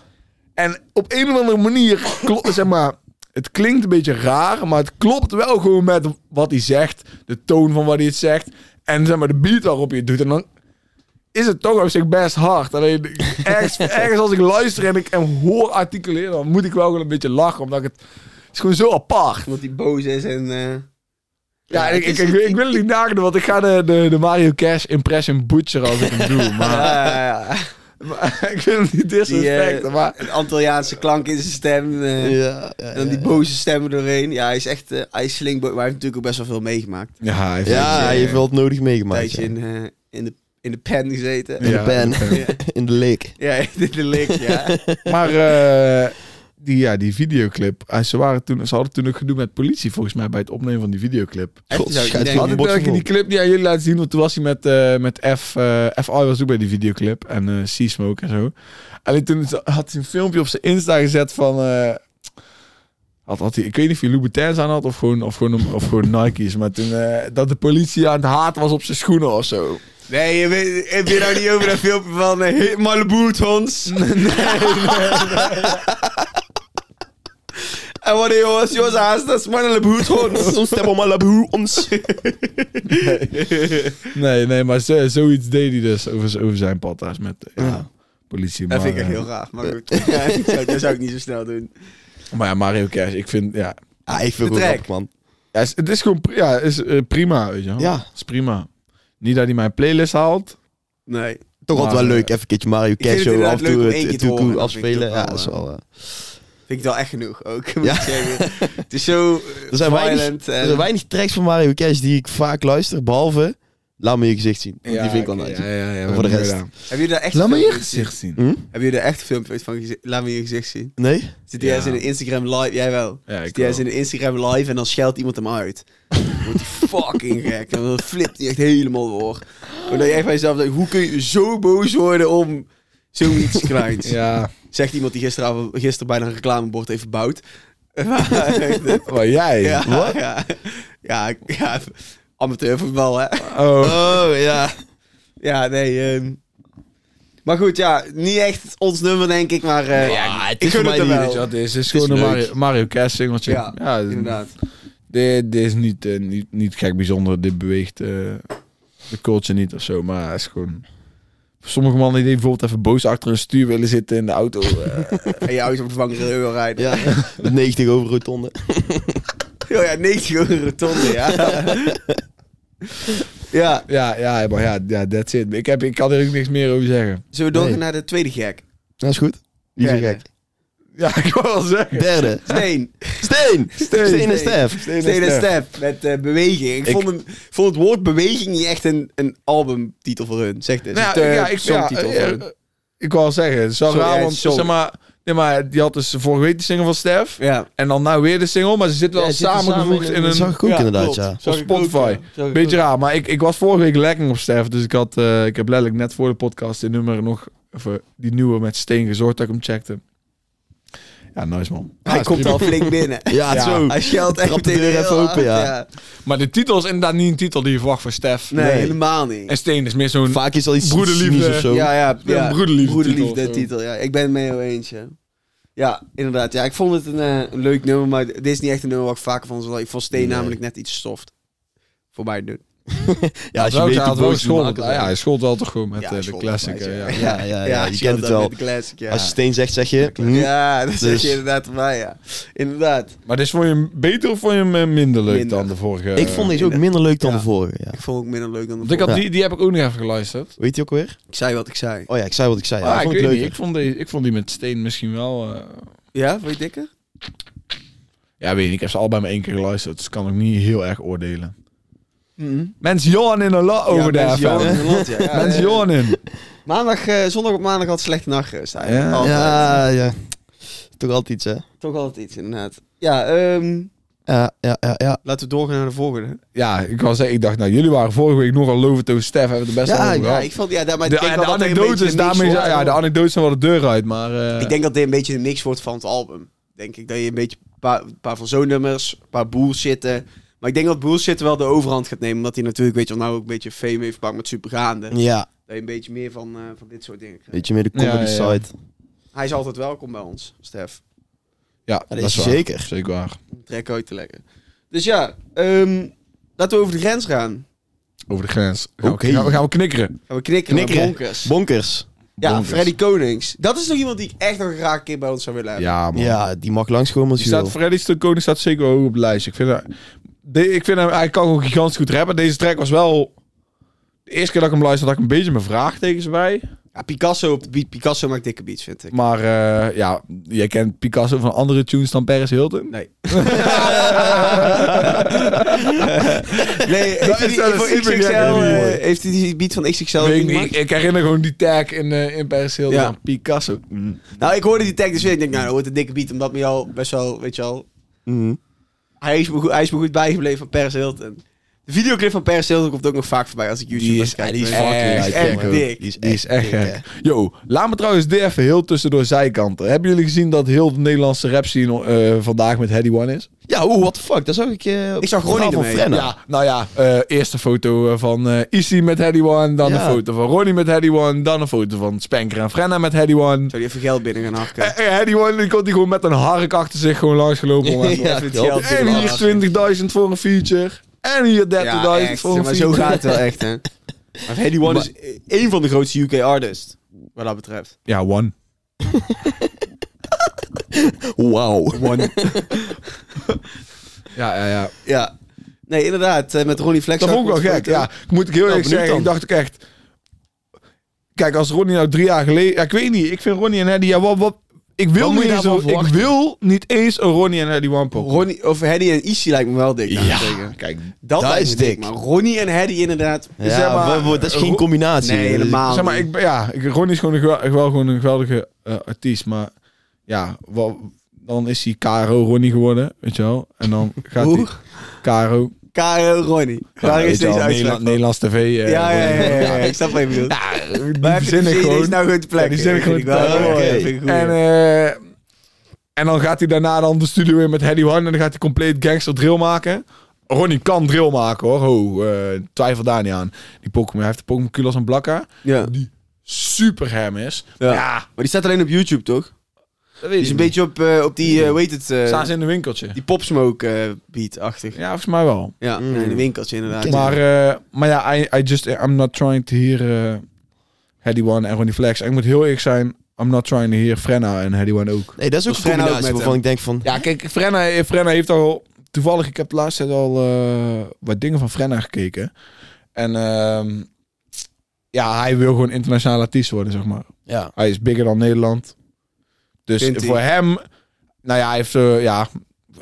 S1: En op een of andere manier, klo- zeg maar, het klinkt een beetje raar, maar het klopt wel gewoon met wat hij zegt, de toon van wat hij het zegt en zeg maar de beat waarop je het doet. En dan is het toch op zich best hard. Alleen ergens, ergens als ik luister en ik hem hoor articuleren, dan moet ik wel gewoon een beetje lachen, omdat ik het, het is gewoon zo apart.
S3: Omdat hij boos is en... eh,
S1: Ja, ik, ik,
S3: het
S1: ik,
S3: is-
S1: ik wil het niet nagedoen, want ik ga de, de, de Mario Cash impression butcher als ik hem doe. Maar,
S3: ja, ja, ja.
S1: maar ik wil hem niet disrespecten,
S3: Die, eh,
S1: maar...
S3: Een Antilliaanse klank in zijn stem. eh,
S2: Ja, ja,
S3: En dan die boze stemmen doorheen. Ja, hij is echt... eh, hij is slingboot, maar hij heeft natuurlijk ook best wel veel meegemaakt.
S1: Ja, hij
S2: Ja, hij heeft wel het nodig
S3: Een
S2: meegemaakt.
S3: tijdje
S2: ja.
S3: in, eh, in, de, in de pen gezeten.
S2: In
S1: Ja,
S2: de pen,
S1: in
S2: in de lik.
S3: Ja, in de lik, ja.
S1: Maar eh, die, ja, die videoclip. eh, ze, waren toen, ze hadden toen ook gedoe met politie, volgens mij, bij het opnemen van die videoclip.
S3: Echt,
S2: God,
S3: zou ik
S2: schijt
S3: niet
S1: Had
S2: van
S3: denken.
S2: een
S1: ik
S2: bos
S1: wel een keer
S2: van
S1: die clip niet aan jullie laten zien, want toen was hij met, eh, met F, eh FI was ook bij die videoclip en eh C-Smoke en zo. Alleen toen had hij een filmpje op zijn Insta gezet van... eh, had, had hij, ik weet niet of hij Louboutins aan had of gewoon, of gewoon, of gewoon Nike's. Maar toen eh, dat de politie aan het haat was op zijn schoenen of zo.
S3: Nee, je weet, heb je nou niet over dat filmpje van eh, Hit Malibu Tons? Nee, nee, En wat is jongens, jongens, haast, dat is Malibu Tons.
S2: Ons stem allemaal op hoe ons.
S1: Nee, nee, maar zo- zoiets deed hij dus over, z- over zijn patas met eh, ja, politie.
S3: Dat
S1: maar,
S3: vind ik echt
S1: eh,
S3: heel raar, maar goed. Ja, ik zou- dat zou ik niet zo snel doen.
S1: Maar ja, Mario Kers, ik vind, ja...
S2: Ja, ik vind
S3: De
S2: het wel
S3: track.
S2: grappig, man.
S1: ja, is- het is gewoon pri- ja, is, eh, prima, weet je wel.
S2: Ja.
S1: Het is prima. Niet dat hij mijn playlist haalt.
S3: Nee.
S2: Toch altijd
S1: Maar,
S2: wel
S1: eh,
S2: leuk, even een keertje Mario
S3: vind
S2: Cash
S3: het
S2: show
S3: inderdaad
S2: af en
S3: leuk
S2: toe,
S3: om
S2: het-
S3: één keer
S2: het
S3: te
S2: doe ik
S3: horen, dat vind ik
S2: afspelen.
S3: toch
S2: Ja,
S3: wel,
S2: dat is
S3: eh,
S2: wel... eh,
S3: Vind ik het wel echt genoeg ook, moet
S2: Ja.
S3: ik zeggen. Het is zo eh,
S2: Er zijn, weinig,
S3: violent
S2: er zijn
S3: en...
S2: weinig tracks van Mario Cash die ik vaak luister, behalve... Laat me je gezicht zien. Die vind ik wel nice.
S1: Ja, ja, ja,
S2: Voor de
S1: ja,
S2: rest.
S1: ja.
S3: Heb je daar echt
S1: Laat me je
S3: filmpjes
S1: gezicht zien.
S2: Hm?
S3: zien? Heb je daar echt filmpjes van gezien? Laat me je gezicht zien.
S2: Nee?
S3: Zit hij
S1: Ja.
S3: eens in een Instagram live? Jij wel.
S1: Ja, ik
S3: Zit hij eens
S1: wel.
S3: in een Instagram live en dan scheldt iemand hem uit. Dan wordt hij fucking gek. En dan flipt hij echt helemaal door. Omdat je echt bij jezelf denkt, hoe kun je zo boos worden om zoiets kleins?
S1: Ja,
S3: Zegt iemand die gisteravond, gisteren bijna een reclamebord heeft verbouwd. ja,
S1: maar jij.
S3: ja, ja, ja, amateurvoetbal hè.
S1: Oh.
S2: Oh, ja.
S3: Ja, nee. ehm. Maar goed, ja, niet echt ons nummer denk ik, maar... eh,
S1: Ah,
S2: Ja, het
S3: ik
S2: is
S3: gun
S2: voor mij
S3: het hem
S2: niet-
S3: wel.
S1: Weet je wat, dit is, dit is
S2: Het is
S1: gewoon een
S2: leuk.
S1: Mario, Mario Kers singeltje.
S3: Ja,
S1: dit-
S3: inderdaad.
S1: Dit, dit is niet, eh, niet, niet gek bijzonder. Dit beweegt eh, de culture niet of zo. Maar het is gewoon... Voor sommige mannen die bijvoorbeeld even boos achter een stuur willen zitten in de auto. eh,
S3: En je ouders op de vangrail wil rijden.
S2: Ja, met 90 over rotonde.
S3: Oh ja, 90 euro rotonde, ja. ja,
S1: ja, ja, maar ja, ja, that's it. Ik, heb, ik kan er ook niks meer over zeggen.
S3: zullen we doorgaan
S2: Nee.
S3: naar de tweede gek?
S2: Dat is goed. Die is
S3: Derde.
S2: gek.
S1: Ja, ik wil wel zeggen.
S2: Derde.
S3: Steen.
S2: Steen! Steen, en Stef.
S3: Steen en Stef met eh, beweging. Ik,
S1: Ik-
S3: Vond, hem, vond het woord beweging niet echt een, een albumtitel voor hun. Zeg dit.
S1: Nou,
S3: een
S1: ja,
S3: eh,
S1: ja, ik, ja,
S3: songtitel
S1: eh,
S3: voor
S1: eh,
S3: hun.
S1: ik wou al zeggen, het is wel
S3: Sorry,
S1: raar,
S3: ja,
S1: want
S3: sorry.
S1: zeg maar, nee, maar die had dus vorige week de single van Stef.
S3: Ja.
S1: En dan nou weer de single, maar ze zitten wel samengevoegd in
S2: Dat
S1: een
S2: zag ik ook
S3: Ja,
S2: inderdaad,
S3: klopt.
S2: ja.
S1: op
S3: Zag ik ook,
S1: Spotify.
S3: ja. Zag ik
S1: Beetje raar, maar ik, ik was vorige week lekker op Stef, dus ik, had, eh, ik heb letterlijk net voor de podcast dit nummer nog, of, eh, die nieuwe met Steen gezorgd dat ik hem checkte. Ja, nice man.
S3: Hij
S1: Ja, is
S3: komt
S1: prima.
S3: al flink binnen.
S2: Ja,
S1: Ja.
S2: zo.
S3: Hij scheldt echt
S2: Trap de
S3: meteen
S2: deur
S3: heel
S2: even
S3: hard,
S2: open, ja.
S1: Maar de titel is inderdaad niet een titel die je verwacht voor Stef.
S3: Nee, helemaal niet.
S1: En Steen is meer zo'n
S2: Vaak is al iets
S1: Broederliefde.
S2: cynisch of zo.
S3: Ja, ja,
S1: Ja,
S3: ja.
S1: broederliefde titel,
S3: titel. ja. Ik ben het mee heel eens, ja. Ja, inderdaad. Ja, ik vond het een, eh, een leuk nummer, maar dit is niet echt een nummer wat ik vaker van zal. Ik vond Steen
S2: Nee.
S3: namelijk net iets soft. Voor mij nu.
S2: Ja, als je
S1: Hij
S2: weet
S1: had wel
S2: hoe boos die
S1: geschoold.
S2: maken
S1: Ja,
S2: zijn.
S1: hij schold wel toch goed met
S3: Ja,
S1: eh, de
S3: schold,
S1: classic. eh,
S3: ja.
S1: ja.
S2: Ja, ja, ja, je
S3: als
S2: kent
S3: dat
S2: het wel.
S3: met de classic, ja.
S2: Als je Steen zegt, zeg je... hm,
S3: Ja, dat zeg
S2: Dus-
S3: je inderdaad erbij, ja. Inderdaad.
S1: Maar dus vond je hem beter of vond je hem eh, minder leuk
S3: Minder.
S1: dan de vorige?
S2: Ik vond deze ook
S3: Ja.
S2: minder leuk dan
S3: Ja.
S2: de vorige, ja.
S3: Ik vond het ook minder leuk dan de
S1: Want ik had
S3: vorige.
S1: die, die heb ik ook nog even geluisterd.
S2: Weet je ook weer?
S3: Ik zei wat ik zei.
S2: Oh ja, ik zei wat ik zei.
S1: Ah,
S2: Ja, ik
S1: ik,
S2: vond het
S1: weet
S2: leuk.
S1: niet, ik, vond die, ik vond die met Steen misschien wel... eh,
S3: Ja, vond je het dikker?
S1: Ja, weet je niet, Ik heb ze allebei maar één keer geluisterd. Dus kan ik niet heel erg
S2: Mm-hmm.
S1: oordelen. Mensen Johan in een lot over
S3: ja,
S1: daar. fam.
S3: mensen Johan in de Land, ja. Ja,
S1: Mensen
S3: ja.
S1: Johan in.
S3: Maandag, eh, zondag op maandag had slechte nachtrust eigenlijk.
S1: Ja?
S3: Altijd.
S2: Ja, ja. Toch altijd iets, hè?
S3: Toch altijd iets, inderdaad. Ja, ehm,
S2: Ja, ja, ja. ja.
S3: laten we doorgaan naar de volgende.
S1: Ja, ik wou zeggen, ik dacht, nou, jullie waren vorige week nogal lovend over Stef. Hebben we het best
S2: Ja,
S1: aan over
S2: ja,
S1: gehad.
S3: ik vond, ja, daar, maar
S1: de,
S3: ik denk
S1: de
S3: wel dat er een beetje
S1: anekdotes,
S3: een
S1: daarmee,
S3: mix
S1: zijn- ja,
S3: wordt.
S1: de anekdotes zijn wel de deur uit, maar... eh,
S3: Ik denk dat dit een beetje een mix wordt van het album. Denk ik dat je een beetje een paar, een paar van zo'n nummers, een paar bullshitten. Maar ik denk dat bullshitten wel de overhand gaat nemen. Omdat hij natuurlijk, weet je wel, nou ook een beetje fame heeft gepakt met supergaande.
S2: Ja.
S3: Dat je een beetje meer van, eh, van dit soort dingen krijgt.
S2: Beetje meer de comedy
S1: Ja, ja, ja.
S2: side.
S3: Hij is altijd welkom bij ons, Stef.
S1: ja, dat,
S2: is
S1: is waar.
S2: zeker.
S1: Zeker waar.
S3: Om trek uit te leggen. Dus ja, ehm, laten we over de grens gaan.
S1: Over de grens. Gaan we-
S2: Oké.
S1: gaan, we, gaan we knikkeren.
S3: Gaan we knikken naar
S2: Knikkeren.
S3: bonkers.
S2: Bonkers.
S3: ja,
S1: bonkers.
S3: Freddy Konings. Dat is nog iemand die ik echt nog graag een keer bij ons zou willen hebben.
S1: Ja, man.
S2: Ja, die mag langskomen als
S1: Die
S2: je wil.
S1: staat, Freddy Koning staat zeker hoog op de lijst. Ik vind, dat- de, ik vind hem, hij kan ook gigantisch goed rappen. Deze track was wel... De eerste keer dat ik hem luisterde, had ik een beetje mijn vraagtekens bij.
S3: Ja, Picasso op de beat. Picasso maakt dikke beats, vind ik.
S1: Maar eh, ja, jij kent Picasso van andere tunes dan Paris Hilton.
S3: Nee. nee, heeft
S1: Dat
S3: hij
S1: is
S3: die,
S1: wel een
S3: voor XXL,
S1: supergek idee,
S3: eh,
S1: hoor.
S3: heeft hij die beat van XXL
S1: Weet ik,
S3: gemaakt?
S1: niet. ik herinner gewoon die tag in, eh, in Paris Hilton
S3: Ja.
S1: van Picasso.
S3: Nou, ik hoorde die tag dus weer. Ik denk, nou, dat wordt een dikke beat, omdat me al best wel, weet je wel...
S2: Mhm.
S3: Hij is me goed, hij is me goed bijgebleven van Paris Hilton. De videoclip van Paris Hilton komt ook nog vaak voorbij als ik YouTube
S1: Die is-
S3: kijk.
S1: die is
S3: Maar-
S1: fucking
S3: Die is
S1: lijp,
S3: echt
S1: jongen.
S3: dik.
S2: Die is
S1: Die is echt
S2: dik,
S1: gek. Yo, laat me trouwens dit even heel tussendoor zijkanten. Hebben jullie gezien dat heel de Nederlandse rap scene eh, vandaag met Heady One is?
S2: Ja, oeh, what the fuck. Dat zag ik eh op
S3: Ik zag
S2: het verhaal
S3: Ronnie
S2: van
S3: ermee.
S2: Frenna.
S1: Ja, nou ja, eh, eerste foto eh, van eh Issy met Heady One, dan
S2: Ja.
S1: een foto van Ronnie met Heady One, dan een foto van Spanker en Frenna met Heady One.
S3: Zou die even geld binnen gaan hakken?
S1: Eh, eh, Heady One die komt die gewoon met een hark achter zich gewoon langsgelopen. om even-
S3: Even het
S2: klopt.
S3: geld
S1: en
S3: binnen
S1: hier
S3: hakken.
S1: is 20.000 voor een feature. En hier 30.000
S3: Ja, echt,
S1: voor een
S3: maar
S1: feature.
S3: zo gaat het wel echt, hè. Maar Freddy One is eh, één van de grootste UK artists, wat dat betreft.
S1: Ja, one.
S2: Wauw.
S1: One. ja, ja, ja.
S3: Ja. Nee, inderdaad, eh, met Ronnie Flex.
S1: Dat vond ik wel gek. Ja, moet ik heel eerlijk
S2: benieuwd
S1: zeggen. Ik
S2: dan.
S1: dacht ook echt. Kijk, als Ronnie nou drie jaar geleden. Ja, ik weet niet. Ik vind Ronnie en Eddie. Ja, wat, wat, ik, wil
S2: Wat moet
S1: niet
S2: je
S1: eens,
S2: daarvan
S1: een- ik
S2: verwachten?
S1: wil niet eens een Ronnie en Eddie One pokken.
S3: Ronnie, of Hedy en Issy lijkt me wel dik. nou,
S1: Ja,
S3: tegen.
S1: kijk.
S3: Dat,
S2: Dat
S3: lijkt
S2: is
S3: me dik.
S2: dik.
S3: Maar Ronnie en Hedy inderdaad.
S2: Ja,
S1: Zeg maar,
S2: maar, maar dat is geen
S1: Ro-
S2: combinatie.
S3: Nee, helemaal
S1: Zeg maar,
S3: niet.
S1: ik, ben- ja, ik- Ronnie is gewoon een, gewel- wel gewoon een geweldige eh, artiest. Maar ja, wat, dan is hij Caro Ronnie geworden. Weet je wel. En dan gaat hij.
S3: Hoe?
S1: Caro.
S3: Karel Ronnie. Daar
S1: weet
S3: is
S1: je wel,
S3: deze uitspraak
S1: Nederland,
S3: van.
S1: Nederlands TV. eh,
S3: Ja, ja, ja,
S1: Ronnie.
S3: ja, ja, ik snap wat je bedoelt.
S1: Die
S3: Maar heb je
S1: verzin ik
S3: gezien, die
S1: gewoon.
S3: is nou goed te
S1: Ja,
S3: plekken.
S1: die zin ik gewoon
S3: Vind wel
S1: te plekken.
S3: mooi,
S2: Oké.
S3: vind ik goed.
S1: En, eh, en dan gaat hij daarna dan de studio in met Hedy One. En dan gaat hij compleet gangster drill maken. Ronnie kan drill maken hoor. Ho, eh, twijfel daar niet aan. Die Pokémon, hij heeft de Pokémon Kulas en Blakka.
S3: ja.
S1: Super hem is.
S3: Ja.
S1: Ja.
S3: Maar die staat alleen op YouTube, toch?
S1: dat
S3: Die
S1: weet
S3: is
S1: ik
S3: een
S1: niet.
S3: beetje op, eh, op die, eh, hoe heet het? eh,
S1: Staan ze in een winkeltje?
S3: Die popsmoke eh, beat-achtig.
S1: Ja, volgens mij wel.
S3: Ja,
S2: Mm.
S3: in de winkeltje inderdaad.
S1: Maar, eh, maar ja, I, I just, I'm not trying to hear eh Hedy One en Ronnie Flex. En ik moet heel eerlijk zijn, I'm not trying to hear Frenna en Hedy One ook.
S2: Nee, dat is ook
S3: Dat
S2: een
S3: Frenna ook
S2: combinatie
S3: met
S2: waarvan
S3: hem.
S2: ik denk van...
S1: Ja, kijk, Frenna, Frenna heeft al... Toevallig, ik heb de laatste tijd al eh, wat dingen van Frenna gekeken. En ehm, ja, hij wil gewoon internationaal artiest worden, zeg maar.
S2: Ja.
S1: Hij is bigger dan Nederland. Dus
S3: Vindt hij?
S1: voor hem... Nou ja, hij heeft... eh, ja,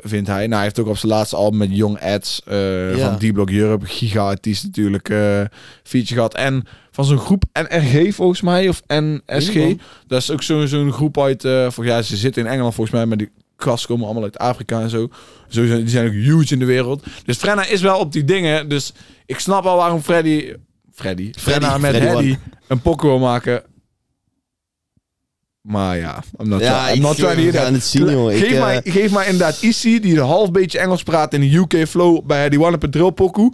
S1: vindt hij. Nou, hij heeft ook op zijn laatste album met Young Ads eh,
S2: Ja.
S1: van D-Block Europe, giga-artiest natuurlijk, eh feature gehad. En van zo'n groep NRG volgens mij, of NSG.
S2: Weet niet,
S1: Dat is ook zo'n zo'n groep uit... eh voor, ja, ze zitten in Engeland volgens mij, maar die gasten komen allemaal uit Afrika en zo. zo zijn, die zijn ook huge in de wereld. Dus Frenna is wel op die dingen. Dus ik snap al waarom Freddy... Freddy? Frenna met
S2: Freddy
S1: Freddy een pokken wil maken. Maar ja, I'm not,
S2: Ja,
S1: try- I'm
S2: ik
S1: not trying to hear
S2: ga
S1: that.
S2: aan het zien, joh. Ik,
S1: Geef,
S2: eh,
S1: mij, geef mij inderdaad Issy, die een half beetje Engels praat in de UK flow bij Hedy One op een drillpokoe.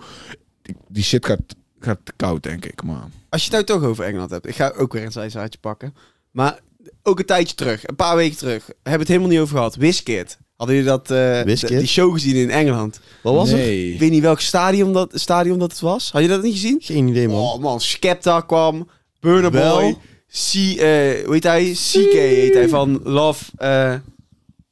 S1: Die, die shit gaat, gaat te koud, denk ik. Maar
S3: Als je het nou toch over Engeland hebt, ik ga ook weer een zijzaadje pakken. Maar ook een tijdje terug, een paar weken terug, hebben we het helemaal niet over gehad. Wiskit. Hadden jullie dat, eh,
S2: Wizkid?
S3: d- die show gezien in Engeland?
S2: Wat was het?
S1: nee.
S3: Ik weet niet welk stadion dat, stadion dat het was. Had je dat niet gezien?
S2: Geen idee, man.
S3: Oh man, Skepta kwam, Burner
S2: Wel.
S3: Boy, C, eh, hoe heet hij? CK heet hij, van Love eh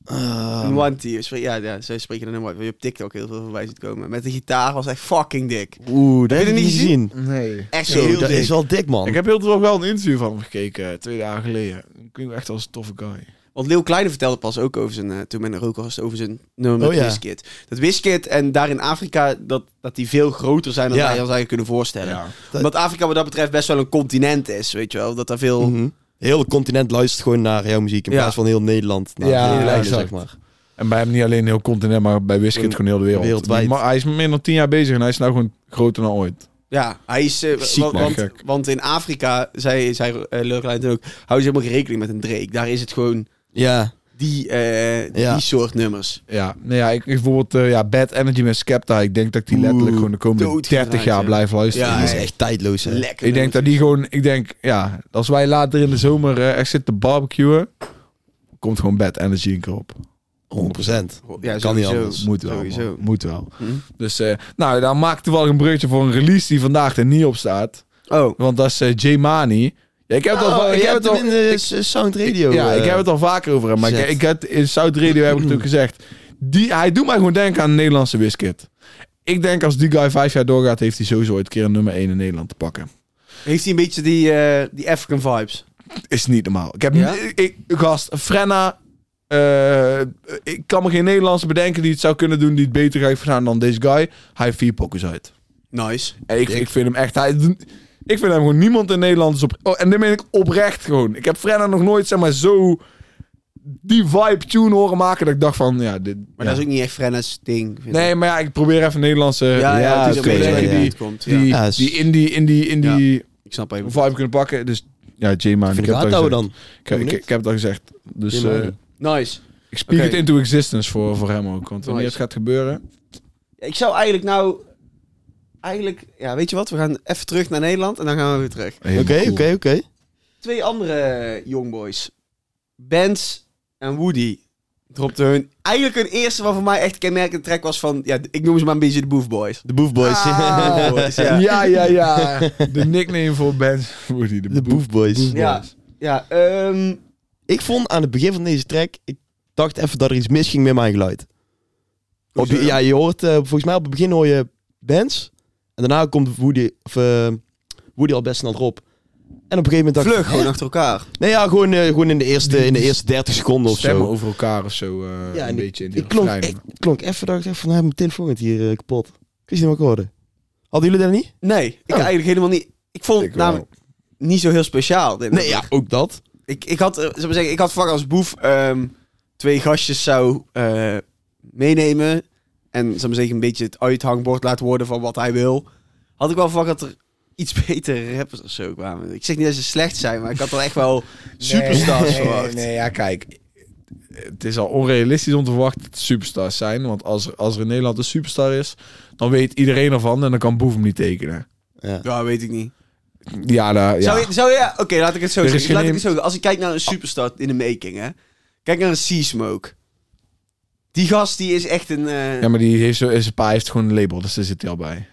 S2: Ah,
S3: and One Tears. Ja, ja, zo spreek je dat nummer uit, wat je op TikTok heel veel voorbij ziet komen. Met de gitaar was echt fucking dik.
S2: Oeh, dat
S3: Heb
S2: heb ik
S3: je dat
S2: niet
S3: niet
S2: gezien.
S1: nee.
S3: Echt zo,
S2: Zo,
S3: heel
S2: dat
S3: dik.
S2: is wel dik, man.
S1: Ik heb heel toch wel een interview van hem gekeken, eh, twee dagen geleden. Ik vind hem echt als een toffe guy.
S3: Want Leeuw Kleine vertelde pas ook over zijn, eh, toen men er ook was, over zijn nummer met
S2: Oh ja.
S3: Wizkid. Dat Wizkid en daar in Afrika, dat, dat die veel groter zijn dan
S2: Ja.
S3: wij ons eigenlijk kunnen voorstellen.
S1: Ja.
S3: Omdat Afrika wat dat betreft best wel een continent is, weet je wel. Dat daar veel...
S2: Mhm. Heel het continent luistert gewoon naar jouw muziek in
S3: Ja.
S2: plaats van heel Nederland. Naar
S1: Ja,
S2: de hele lijnen,
S1: exact.
S2: zeg maar.
S1: En bij hem niet alleen heel continent, maar bij Wiskit gewoon heel de wereld.
S2: Wereldwijd.
S1: Maar hij is meer dan tien jaar bezig en hij is nou gewoon groter dan ooit.
S3: Ja, hij is... eh,
S1: Ziek,
S3: wa-
S1: man,
S3: want,
S1: gek.
S3: want in Afrika, zei, zei eh, Leeuw Kleine toen ook, houden ze helemaal geen rekening met een Drake. Daar is het gewoon
S2: Ja,
S3: die, eh,
S2: Ja.
S3: die soort nummers.
S1: Ja, nee, ja, ik, ik bijvoorbeeld eh, ja, Bad Energy met Skepta. Ik denk dat ik die letterlijk
S3: Oeh,
S1: gewoon de komende
S3: doodgedraaid,
S1: 30 jaar
S3: ja.
S1: blijf luisteren.
S3: Ja,
S2: die is
S3: ja.
S2: echt tijdloos. hè.
S3: Lekker.
S1: Ik denk dat die gewoon, ik denk, ja, als wij later in de zomer eh, echt zitten barbecuen, komt gewoon Bad Energy een keer op.
S2: 100%.
S3: Ja,
S2: Kan niet
S3: sowieso.
S2: anders.
S1: Moet wel.
S3: Sowieso.
S1: man. Moet wel.
S2: Mhm.
S3: Hm?
S1: Dus, eh, nou, dan maak ik toevallig een breukje voor een release die vandaag er niet op staat.
S3: Oh.
S1: Want dat is eh, Jay Mani. Ja, ik heb het al, va-
S2: Oh,
S1: ik
S2: jij
S1: heb het
S2: hebt
S1: al,
S2: hem in de s- Sound Radio.
S1: ja,
S2: eh, Mm.
S1: ik heb het al vaker over hem. Maar ik,
S2: zet.
S1: ik had, in South Radio heb ik het ook gezegd. Die, hij doet mij gewoon denken aan een Nederlandse Wiskit. Ik denk als die guy vijf jaar doorgaat, heeft hij sowieso ooit een keer een nummer 1 in Nederland te pakken.
S3: Heeft hij een beetje die, eh, die African vibes?
S1: Is niet normaal. Ik heb
S3: Ja?
S1: n- ik, gast, Frenna. eh, ik kan me geen Nederlandse bedenken die het zou kunnen doen, die het beter gaat verstaan dan deze guy. Hij heeft vier pokkers uit.
S3: Nice.
S1: En ik, ik vind hem echt. Hij, ik vind hem gewoon niemand in Nederland is op. Oh, en dit meen ik oprecht gewoon. Ik heb Frenna nog nooit zeg maar zo die vibe tune horen maken dat ik dacht van ja dit.
S3: Maar
S1: ja.
S3: dat is ook niet echt Frenna's ding. vind ik.
S1: Nee, eh, maar ja, ik probeer even Nederlandse.
S3: Ja, ja,
S1: die
S3: het is
S2: oké,
S3: een beetje
S2: ja,
S1: bedenken
S3: waar
S2: ja.
S1: die,
S3: het komt.
S1: die,
S3: ja.
S2: Ja, is-
S1: die in die in die in die
S3: Ik snap even.
S1: vibe kunnen pakken. Dus ja, J-Man. Ik,
S2: Vind
S1: heb
S2: ik
S1: het al
S2: hardhouden
S1: gezegd.
S2: dan.
S1: Ik, heb- ik, ik heb het al gezegd. Dus.
S2: J-Mani.
S1: eh,
S3: Nice.
S1: Ik speak
S3: Oké.
S1: it into existence voor, voor hem ook. Want wanneer
S3: Nice.
S1: het gaat gebeuren...
S3: Ik zou eigenlijk nou... Eigenlijk, ja, weet je wat? We gaan even terug naar Nederland en dan gaan we weer terug.
S2: Oké, oké, oké.
S3: Twee andere jongboys. Benz en Woody. Dropte hun... Eigenlijk hun eerste wat voor mij echt kenmerkend track was van... Ja, ik noem ze maar een beetje de Boof Boys.
S2: De Boef Boys.
S1: Ah,
S3: Boys,
S1: Ja.
S3: ja.
S1: ja, ja, De nickname voor Ben Woody. De,
S2: De
S1: boef.
S2: Boef Boys.
S3: Ja, ja ehm,
S2: Ik vond aan het begin van deze track, ik dacht even dat er iets misging met mijn geluid. Op,
S3: Hoezo?
S2: ja, je hoort, eh, volgens mij op het begin hoor je bands. En daarna komt Woody, of, eh, Woody al best snel erop. En op een gegeven moment dacht
S3: vlug,
S2: ik...
S3: gewoon achter elkaar.
S2: Nee, ja, gewoon, eh, gewoon in, de eerste, in de eerste 30 seconden of
S1: Stemmen
S2: zo.
S1: over elkaar of zo. eh,
S2: Ja,
S1: een
S2: en ik-
S1: beetje in die
S2: Ik klonk,
S1: refrein.
S2: ik klonk even, dacht ik echt van, nou, mijn telefoon gaat hier eh, kapot. Ik wist niet wat ik hoorde. Hadden jullie dat niet?
S3: Nee,
S2: Oh.
S3: ik eigenlijk helemaal niet... Ik vond het
S1: Ik wel.
S3: namelijk niet zo heel speciaal. dit nummer.
S2: ook dat.
S3: Ik, ik had, eh, zal ik maar zeggen, ik had vlak als boef ehm, twee gastjes zou eh, meenemen. En zal ik maar zeggen, een beetje het uithangbord laten worden van wat hij wil. Had ik wel verwacht dat er iets betere rappers of zo kwamen. Ik zeg niet dat ze slecht zijn, maar ik had wel echt wel superstars
S1: nee,
S3: verwacht.
S1: Nee, ja, kijk. Het is al onrealistisch om te verwachten dat het superstars zijn. Want als er, als er in Nederland een superstar is, dan weet iedereen ervan en dan kan Boef hem niet tekenen.
S2: Ja.
S3: Ja, weet ik niet.
S1: Ja, daar- ja.
S3: Zou je, zou je, oké, laat ik het zo
S1: Er is
S3: zeggen. Laat ik
S1: geen-
S3: het zo zeggen. Als ik kijk naar een superstar in de making, hè. Kijk naar een Seasmoke. Die gast, die is echt een... eh,
S1: ja, maar die heeft, zo- zijn pa heeft gewoon een label, dus daar zit hij al bij.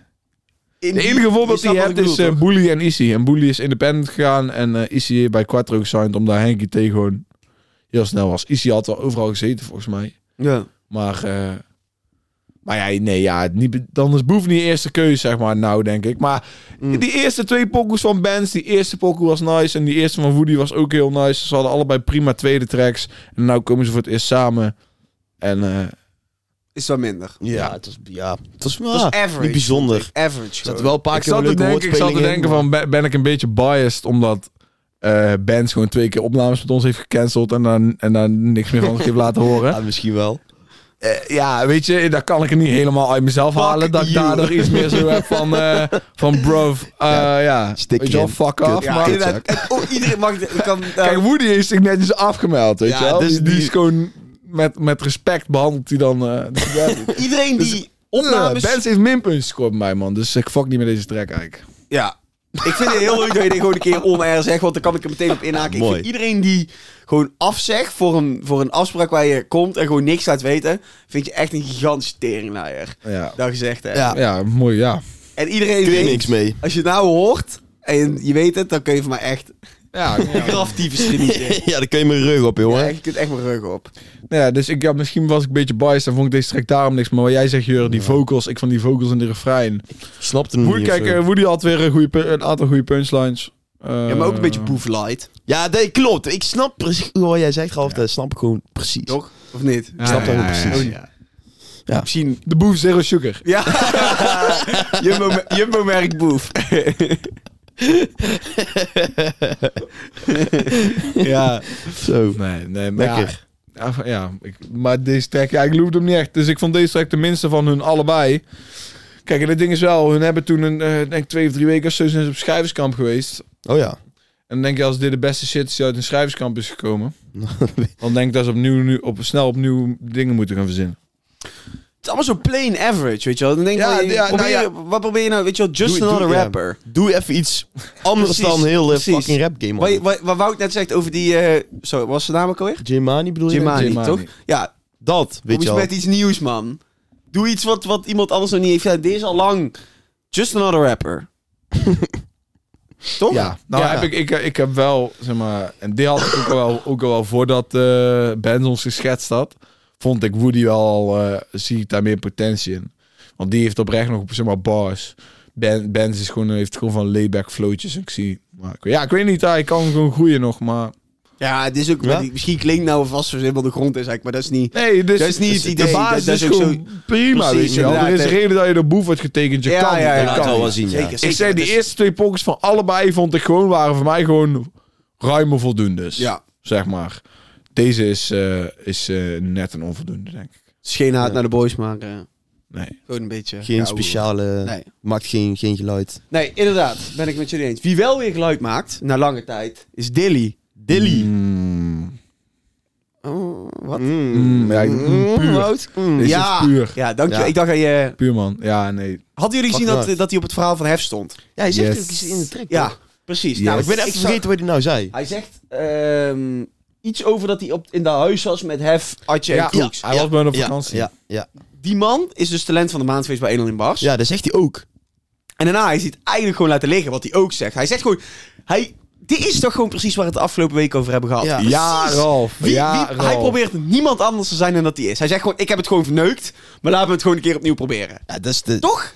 S3: in
S1: De enige voorbeeld die
S3: snapt
S1: je
S3: wat
S1: hebt
S3: ik
S1: is
S3: bedoel,
S1: eh, Bully en Issy. En Bully is independent gegaan en eh Issy heeft bij Quattro gesigned omdat Henky T gewoon heel snel was. Issy had wel overal gezeten volgens mij.
S3: toch? Ja.
S1: Maar, eh, maar ja, nee, ja, niet, be- dan is Boef niet de eerste keuze, zeg maar, nou denk ik. Maar
S3: Hmm.
S1: die eerste twee pokoes van Benz, die eerste pokoe was nice en die eerste van Woody was ook heel nice. Ze hadden allebei prima tweede tracks en nou komen ze voor het eerst samen. En eh,
S3: Is wat minder.
S2: Ja, het was, ja, het was,
S3: Dat is
S2: ah,
S3: average.
S2: niet bijzonder.
S3: Average.
S2: Er zaten wel een paar
S1: ik
S2: keer
S1: zat te
S2: leuke
S1: denken, ik zat te
S2: woordspelingen in,
S1: denken van, ben, ben ik een beetje biased omdat eh Benz gewoon twee keer opnames met ons heeft gecanceld en dan, en dan niks meer van ons heeft laten horen.
S2: Ja, misschien wel.
S1: Eh, ja, weet je, dat kan ik er niet helemaal uit mezelf
S2: Fuck
S1: halen. Dat ik
S2: you.
S1: daardoor iets meer zo heb van, eh, van bro, eh, ja,
S2: stik
S1: weet je wel,
S2: erin.
S1: fuck
S2: Kut.
S1: off.
S3: Ja,
S1: maar,
S3: inderdaad. En, oh, iedereen mag... de- Kan, daar-
S1: Kijk, Woody is zich netjes afgemeld, weet
S2: Ja,
S1: je wel.
S2: dus
S1: die, die
S2: die-
S1: is gewoon met, met respect behandeld die dan... eh die band.
S3: iedereen
S2: dus-
S3: die
S1: Eh,
S3: opnames...
S1: Benz heeft minpunten gescoord bij mij, man. Dus ik fuck niet met deze track eigenlijk.
S3: Ja. Ik vind het heel leuk dat je dit gewoon een keer on-air zegt, want dan kan ik er meteen op inhaken. Ik
S2: Mooi.
S3: vind iedereen die gewoon afzegt voor een, voor een afspraak waar je komt en gewoon niks laat weten, vind je echt een gigantische teringlaaier.
S1: Ja,
S3: Dat gezegd hè.
S2: Ja.
S1: ja mooi, ja.
S3: En iedereen
S2: Kun je
S3: weet-
S2: niks mee.
S3: Als je het nou hoort en je weet het, dan kun je van mij echt
S1: Ja,
S3: graftyfus genieten.
S2: ja, dan kun je mijn rug op,
S3: Ja,
S2: jongen.
S3: je kunt echt mijn rug op.
S1: Nou ja, dus ik, ja, misschien was ik een beetje biased en vond ik deze track daarom niks. Maar wat jij zegt, Jure, die vocals, ik vond die vocals in de refrein.
S2: Snapte hem
S1: Woody,
S2: niet.
S1: kijk,
S2: of zo.
S1: eh, Woody had weer een, goede, pu- een aantal goede punchlines.
S3: Ja, maar ook een beetje boef light.
S2: Ja, nee, klopt. Ik snap precies wat jij zegt, Ralf. Dat snap ik gewoon precies.
S3: Toch? Of niet?
S1: Ja,
S2: Ik snap dat
S1: ja,
S2: ook
S1: ja,
S2: precies.
S3: ja.
S2: Ja.
S3: Misschien...
S1: De boef Zero Sugar.
S3: Ja. Jumbo, Jumbo merk boef.
S1: ja.
S2: Zo.
S1: Nee, nee, maar
S2: Lekker.
S1: Ja, ja, ja, ik, maar deze track, ja, ik loefde hem niet echt. Dus ik vond deze track de minste van hun allebei. Kijk, en het ding is wel, hun hebben toen een, eh, denk ik twee of drie weken of zo zijn ze op schrijverskamp geweest.
S2: Oh ja.
S1: En dan denk je, als dit de beste shit is die uit een schrijverskamp is gekomen, dan denk ik dat ze opnieuw, nu, op, snel opnieuw dingen moeten gaan verzinnen.
S3: Het is allemaal zo plain average, weet je wel. Dan denk ik,
S1: Ja,
S3: wel, je-
S1: ja, nou
S3: probeer
S1: ja.
S3: je- wat probeer je nou, weet je wel, just
S2: Doe- doe-
S3: another
S2: ja.
S3: rapper.
S2: Doe even iets anders
S3: Precies,
S2: dan heel eh,
S3: precies.
S2: fucking rap game.
S3: Wat,
S2: man.
S3: wat, wat Wout net zegt over die... eh, sorry, wat was zijn naam ook alweer?
S2: Jimani bedoel je?
S3: Jimani,
S1: Jimani.
S3: toch? Ja,
S2: Dat,
S3: Weet
S2: weet je wel.
S3: met iets nieuws, man. Doe iets wat, wat iemand anders nog niet heeft gedaan. Deze is al lang. Just another rapper. Toch?
S1: Ja, nou
S2: Ja.
S1: heb ik, ik, ik heb wel, zeg maar, en die had ik ook al wel, ook al wel voordat eh Benz ons geschetst had, vond ik Woody wel, al, eh, zie ik daar meer potentie in. Want die heeft oprecht nog, zeg maar, bars. Ben, Benz is gewoon, heeft gewoon van layback flowtjes. Ik zie, maar, ik- ja, ik weet niet, hij kan gewoon groeien nog, maar...
S3: Ja, het is ook.
S2: Ja.
S3: maar die- misschien klinkt nou vast voor helemaal de grond is eigenlijk, maar dat is niet.
S1: Nee, dus,
S3: Dat is niet het
S1: de
S3: idee,
S1: basis
S3: dat- dat is
S1: is
S3: ook
S1: gewoon prima,
S3: Precies,
S1: weet je wel. Er
S3: inderdaad,
S1: is een
S3: hè.
S1: reden dat je de boef wordt getekend. Je kan, je
S2: dat
S1: kan.
S2: wel wel zien, ja.
S3: Zeker, zeker.
S1: Ik zei, die
S3: Dus-
S1: eerste twee pokers van allebei vond ik gewoon, waren voor mij gewoon ruim voldoende.
S3: Ja,
S1: zeg maar. Deze is, eh, is eh, net een onvoldoende, denk ik.
S3: het is geen haat naar de boys, maar eh,
S1: Nee.
S3: gewoon een beetje.
S2: Geen
S3: ja,
S2: speciale...
S3: Nee.
S2: Maakt geen, geen geluid.
S3: nee, inderdaad. Ben ik met jullie eens. Wie wel weer geluid maakt, na lange tijd, is Dilly. Dilly.
S1: Mm.
S3: Oh, wat?
S1: Mm, ja, ik- mm, puur.
S3: Wout. Mm,
S1: Is
S3: ja.
S1: het puur.
S3: ja, dankjewel.
S2: Ja.
S3: Ik dacht aan je.
S1: Puur man. Ja, nee.
S3: Hadden jullie gezien
S2: Fuck
S3: dat, dat hij op het verhaal van Hef stond?
S2: Ja, hij
S1: Yes.
S2: zegt ook iets in de track.
S3: Ja,
S2: toch?
S3: precies.
S1: Yes.
S3: Nou,
S2: Ik ben even
S3: zag-
S2: vergeten wat hij nou zei.
S3: Hij zegt ehm, iets over dat hij op, in de huis was met Hef, Atje
S1: Ja,
S3: en Kroeks.
S1: hij was bij een op vakantie.
S2: Ja, ja, ja.
S3: Die man is dus talent van de maand geweest bij 1 in Bars.
S2: ja, dat zegt hij ook.
S3: En daarna is hij het eigenlijk gewoon laten liggen, wat hij ook zegt. Hij zegt gewoon, hij, dit is toch gewoon precies waar we het de afgelopen week over hebben gehad.
S2: Ja.
S1: Ja, Ralf.
S3: Wie-
S1: ja,
S3: wie-
S1: Ralf.
S3: hij probeert niemand anders te zijn dan dat hij is. Hij zegt gewoon, ik heb het gewoon verneukt, maar laten we het gewoon een keer opnieuw proberen.
S2: Ja, dat is, de,
S3: Toch?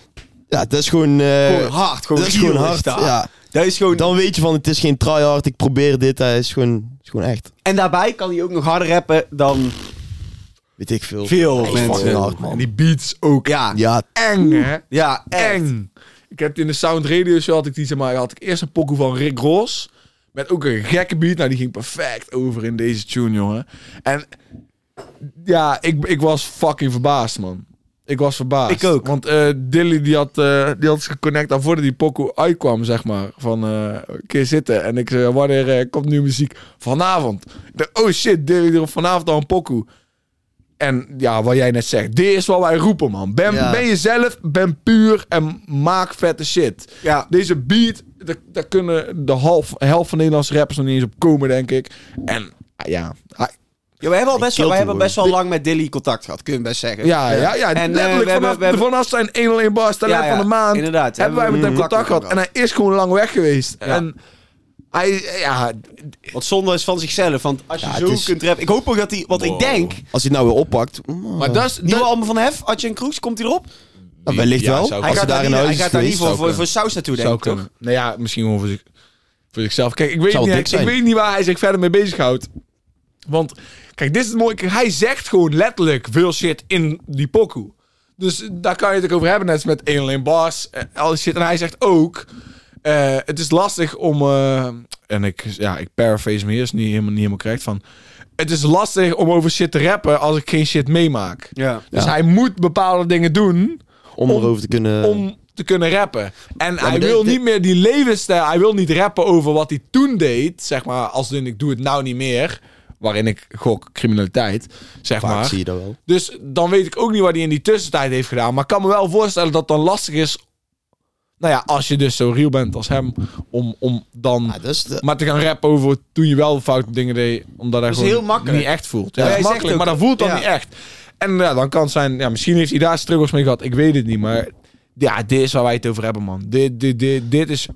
S2: ja, dat is gewoon... eh,
S3: gewoon hard, gewoon
S2: dat is gewoon
S3: real
S2: hard.
S3: dat.
S2: Ja.
S3: Dat is gewoon,
S2: Dan weet je van, het is geen tryhard, ik probeer dit. Hij is gewoon, het is gewoon echt,
S3: en daarbij kan hij ook nog harder rappen dan
S2: weet ik veel.
S3: veel
S2: is fucking
S3: mensen.
S2: hard, man.
S1: En die beats ook.
S3: Ja, ja,
S2: Ja,
S1: Eng, hè?
S3: ja echt.
S1: Eng. Ik heb het in de Sound Radio Show, had ik die, zeg maar, had ik eerst een pokoe van Rick Ross. Met ook een gekke beat. Nou, die ging perfect over in deze tune, jongen. En ja, ik, ik was fucking verbaasd, man. Ik was verbaasd.
S3: Ik ook.
S1: Want eh, Dilly die had, eh, die had zich geconnect aan voordat die pokoe uitkwam, zeg maar. Van, eh, een keer zitten. En ik zei, wanneer eh, komt nu muziek? Vanavond. Ik dacht, oh shit, Dilly die heeft vanavond al een pokoe. En ja, wat jij net zegt. Dit is wat wij roepen, man. Ben,
S2: Ja.
S1: ben jezelf, ben puur en maak vette shit.
S3: Ja.
S1: Deze beat, daar, daar kunnen de half, helft van de Nederlandse rappers nog niet eens op komen, denk ik. En ah, ja, ah,
S3: Ja, we hebben al best wel,
S2: kilt
S3: we
S2: hem
S3: hebben best wel lang met Dilly contact gehad, kun je best zeggen.
S1: Ja, ja, ja.
S3: En, eh,
S1: letterlijk
S3: we hebben-
S1: vanaf,
S3: we hebben-
S1: vanaf zijn 101 bars talent
S3: Ja, ja,
S1: van de maand
S3: inderdaad.
S1: hebben wij met hem contact gehad. En hij is gewoon lang weg geweest. En hij, ja,
S3: Wat zonde is van zichzelf, want als je
S2: Ja,
S3: zo
S2: het is-
S3: kunt rappen... Ik hoop ook dat hij, wat ik denk...
S2: als hij het nou weer oppakt, mm,
S1: maar dat is...
S3: Nieuwe album van Hef, Atje en Kroeks, komt hij erop?
S2: nou, wellicht
S1: Ja,
S2: wel.
S1: zou-
S3: Hij
S2: als
S3: gaat
S2: hij
S3: daar
S2: daar in huis
S3: niet, hij
S2: is
S3: gaat daar niet
S2: geweest.
S3: voor,
S1: zou
S3: voor,
S1: kunnen.
S3: voor saus naartoe, denk
S1: zou
S3: ik, toch?
S1: kunnen. Nou ja, misschien gewoon voor, zich, voor zichzelf. Kijk, ik weet,
S2: Zou
S1: niet,
S2: dik
S1: ik, ik
S2: zijn.
S1: weet niet waar hij zich verder mee bezighoudt. Want, kijk, dit is het mooie. Kijk, Hij zegt gewoon letterlijk veel shit in die pokoe. Dus daar kan je het ook over hebben. Net als met 101 Bars, eh, al die shit. En hij zegt ook... eh, het is lastig om... eh, en ik, ja, ik paraphrase me hier, is niet helemaal, niet helemaal correct van... Het is lastig om over shit te rappen als ik geen shit meemaak.
S3: Ja.
S1: Dus
S2: Ja.
S1: hij moet bepaalde dingen doen
S2: Om erover te kunnen...
S1: om te kunnen rappen. En hij
S2: Eh, maar dit-
S1: wil
S2: dit-
S1: niet meer die levensstijl. Hij wil niet rappen over wat hij toen deed. Zeg maar, als in ik doe het nou niet meer. Waarin ik gok criminaliteit. Zeg
S2: Vaak
S1: maar.
S2: zie je dat wel.
S1: Dus dan weet ik ook niet wat hij in die tussentijd heeft gedaan. Maar ik kan me wel voorstellen dat het dan lastig is. Nou ja, als je dus zo real bent als hem. Om, om dan
S2: Ja, dat is de-
S1: maar te gaan rappen over toen je wel foute dingen deed. Omdat hij
S3: is
S1: gewoon
S3: heel makkelijk.
S1: niet echt voelt. Ja, dat
S3: Ja,
S1: is
S3: hij zegt
S1: makkelijk,
S3: ook-
S1: maar dat voelt dan
S3: ja.
S1: niet echt. En ja, dan kan het zijn... Ja, misschien heeft hij daar struggles mee gehad. Ik weet het niet, maar... Ja, dit is waar wij het over hebben, man. Dit, dit, dit, dit is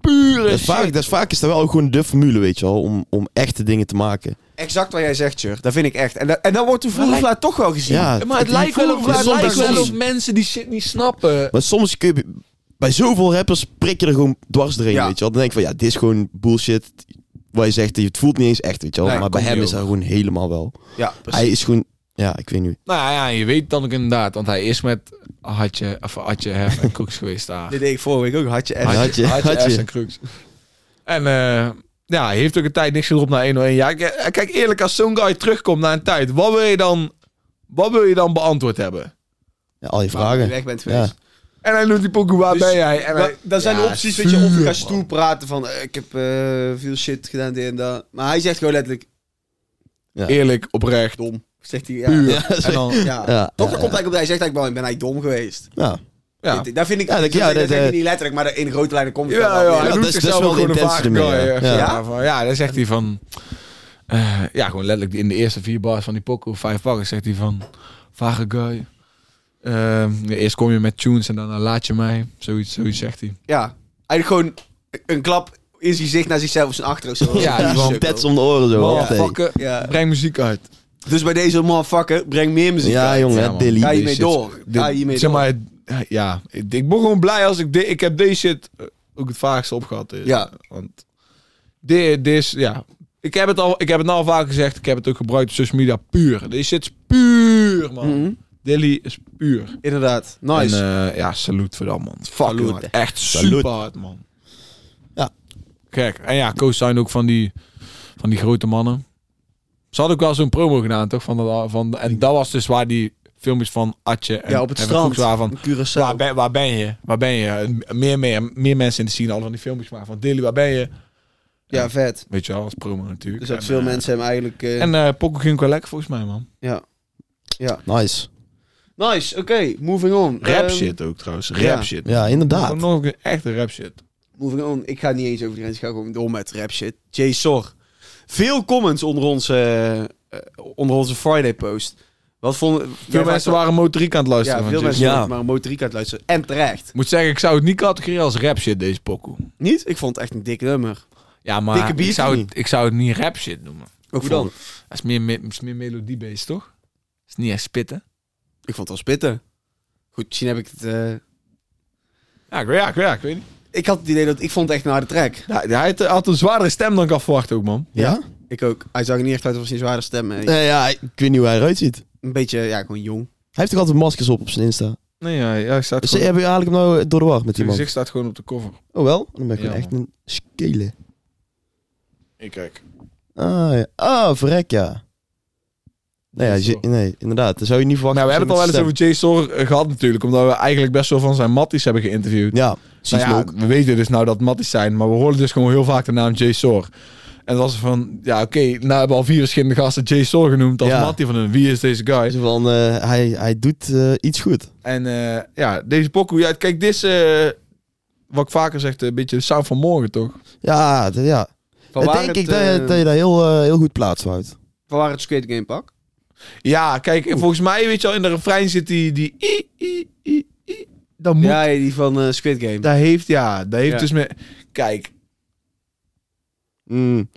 S1: pure
S2: dat is vaak,
S1: shit.
S2: dat is vaak is dat wel ook gewoon de formule, weet je wel, om, om echte dingen te maken.
S3: Exact wat jij zegt, Jur. Dat vind ik echt. En dat, en dat wordt de vroeg
S1: Maar
S3: of laat toch wel gezien.
S2: Ja,
S1: Maar het lijkt wel
S2: voelt-
S1: of, het
S2: soms-
S1: lijkt wel
S2: soms-
S1: of mensen die shit niet snappen.
S2: Maar soms kun je bij zoveel rappers prik je er gewoon dwars doorheen,
S3: Ja.
S2: weet je wel. Dan denk ik van, ja, dit is gewoon bullshit. Waar je zegt, het voelt niet eens echt, weet je wel.
S3: Nee,
S2: maar bij
S1: komt
S2: hem
S1: niet
S2: is dat gewoon helemaal wel.
S3: Ja,
S2: Hij is gewoon, ja, ik weet niet.
S1: Nou ja, je weet het dan ook inderdaad. Want hij is met Hadje, of Hadje Hef en Koeks geweest daar.
S3: Dit deed ik vorige week ook. Had je echt.
S2: Had je, had je,
S1: Hadje S en Koeks. En eh, ja, hij heeft ook een tijd niks gedropt naar 101. Ja, k- kijk eerlijk, als zo'n guy terugkomt na een tijd, wat wil je dan, wat wil je dan beantwoord hebben?
S2: Ja, al je
S3: Je
S2: vragen.
S3: weg bent
S2: Ja.
S3: geweest.
S1: En hij doet die pokoe, waar
S3: Dus-
S1: Ah, ben jij? En
S3: Maar
S1: hij,
S3: dat zijn
S2: Ja,
S3: de opties, weet je, of je
S2: vuur,
S3: gaat
S2: man.
S3: stoer praten van eh, ik heb eh, veel shit gedaan dit en dat. Maar hij zegt gewoon letterlijk
S1: eerlijk, oprecht,
S3: dom. Zegt hij, ja.
S1: puur.
S3: Ja.
S1: en dan,
S3: ja.
S2: Ja,
S3: Toch
S2: ja,
S3: komt eigenlijk op dat hij zegt eigenlijk wel, ik ben eigenlijk dom geweest.
S2: Ja.
S1: ja.
S3: Dit- Daar vind ik,
S2: Ja, dat-
S3: dat,
S2: ja,
S3: dat
S2: dat-
S3: zeg
S2: eh,
S3: je niet letterlijk, maar in grote lijnen komt het
S1: Ja,
S3: wel
S1: ja,
S3: weer.
S1: hij
S2: dat
S1: doet
S2: is- dat is
S1: zichzelf
S2: wel
S1: ook
S2: de
S1: gewoon een
S2: intentie
S1: vage
S2: ermee,
S1: guy,
S2: ja.
S1: eh,
S2: Ja.
S1: ja, van- ja, dan zegt hij van... eh, ja, gewoon letterlijk in de eerste vier bars van die pokoe, vijf bars, zegt hij van... Vage guy. Ehm, eerst kom je met tunes en daarna laat je mij. Zoiets, zoiets zegt hij.
S3: Ja, eigenlijk gewoon een klap in zijn gezicht naar zichzelf of zijn achter of zo.
S1: Ja, die
S2: Ja,
S1: man.
S2: pets om de oren zo. altijd.
S1: Motherfucker,
S3: Ja.
S1: breng muziek uit.
S3: Dus bij deze motherfucker, breng meer muziek
S2: Ja,
S3: uit.
S2: jongen,
S1: Ja,
S2: hè,
S1: man.
S2: Dilly.
S3: Ga
S2: deze
S3: hiermee
S2: shit.
S3: door. Ga hiermee
S1: zeg
S3: door.
S1: maar, eh, ja, ik, ik ben gewoon blij als ik... de- ik heb deze shit eh, ook het vaagste opgehad. eh.
S3: Ja.
S1: Want dit dit is, ja... Ik heb, het al, ik heb het nou al vaak gezegd, ik heb het ook gebruikt op social media, puur. Deze shit is puur, man.
S3: Mhm.
S1: Dilly is puur.
S3: Inderdaad. Nice.
S1: En, eh, ja, salut voor dat, man.
S3: Fuck,
S1: Salut.
S3: jongen.
S1: Echt
S2: Salut.
S1: super hard, man.
S2: Ja.
S1: Kijk, en ja, coach zijn ook van die, van die grote mannen. Ze hadden ook wel zo'n promo gedaan, toch? Van dat, van, en dat was dus waar die filmpjes van Atje en,
S3: ja, op het
S1: en
S3: strand.
S1: Koeks waren van...
S3: in Curaçao.
S1: Waar ben, waar ben je? Waar ben je? En Meer, meer, meer mensen in de scene hadden van die filmpjes gemaakt. Van Dilly, waar ben je?
S3: ja, vet.
S1: Weet je wel, als promo natuurlijk.
S3: Dus dat
S1: En,
S3: veel
S1: eh,
S3: mensen hem eigenlijk... eh,
S1: En eh Poco ging ook wel lekker volgens mij, man.
S3: ja.
S2: Nice.
S3: Nice, oké. moving on.
S1: Rap
S3: Ehm,
S1: shit ook trouwens. Rap
S3: ja.
S1: shit.
S2: Ja, inderdaad.
S1: Nog een keer echte rap shit.
S3: Moving on. Ik ga niet eens over die grens. Ik ga gewoon door met rap shit. Jay Sor. Veel comments onder onze, eh, onder onze Friday post. Wat vonden...
S1: Veel mensen waren motoriek aan het luisteren.
S3: Ja,
S1: van
S3: veel
S1: Jason.
S3: mensen
S2: Ja.
S3: waren maar een motoriek aan het luisteren. En terecht.
S1: Moet zeggen, ik zou het niet categoriseren als rap shit, deze pokoe.
S3: Niet? Ik vond het echt een dik nummer.
S1: Ja, maar
S3: Dikke beat
S1: ik, zou
S2: of
S1: het, ik zou het niet rap shit noemen.
S3: Ook dan?
S1: Dat is meer, me- is meer melodie-based, toch? is niet echt spitten.
S3: Ik vond het wel spitten. Goed, misschien heb ik het... eh,
S1: Ja, ik, ja, ik- ja, ik weet niet.
S3: Ik had het idee dat... Ik vond het echt een harde track.
S1: Ja, hij had, had een zwaardere stem dan ik had verwacht ook, man.
S2: Ja?
S3: Ik ook. Hij zag er niet echt uit als een zware stem. hè.
S2: Eh, ja, ik weet niet hoe hij eruit ziet.
S3: Een beetje, ja, gewoon jong.
S2: Hij heeft toch altijd maskers op op zijn Insta?
S1: Nee, ja, hij staat
S2: Dus
S1: gewoon,
S2: heb je eigenlijk hem nou door de war met die
S1: zijn
S2: man?
S1: gezicht staat gewoon op de cover.
S2: Oh wel? Dan ben ik gewoon
S1: Ja,
S2: echt een skele.
S1: Ik kijk.
S2: Ah, ja. ah verrek ja. Nee, ja,
S1: Jay
S2: je-
S1: Sor.
S2: nee, inderdaad. Dat zou je niet verwachten.
S1: Nou, we hebben het al wel eens over Jay Sor eh, gehad natuurlijk. Omdat we eigenlijk best wel van zijn matties hebben geïnterviewd.
S2: Ja,
S1: Nou
S2: precies
S1: ja,
S2: leuk.
S1: we weten dus nou dat het matties zijn, maar we horen dus gewoon heel vaak de naam Jay Sor. En dat was van, ja oké, nou hebben we al vier verschillende gasten Jay Sor genoemd als
S2: Ja.
S1: mattie van hun. Wie is deze guy?
S2: Zo van, eh, hij, hij doet eh, iets goed.
S1: En eh, ja, deze pokoe, ja kijk, dit is, eh, wat ik vaker zeg, een beetje de sound van morgen toch?
S2: Ja, d- ja.
S3: Van
S2: ik
S3: waar
S2: denk
S3: het,
S2: ik dat, je-
S3: eh,
S2: dat je daar heel, eh, heel goed plaats houdt.
S3: Van waar het Squid Game pak?
S1: Ja, kijk, en volgens mij weet je al, in de refrein zit die, die i, i, i, i. Dat moet,
S3: Ja, die van eh, Squid Game.
S1: dat heeft, ja, dat heeft
S3: Ja.
S1: dus met, kijk,
S3: Mm.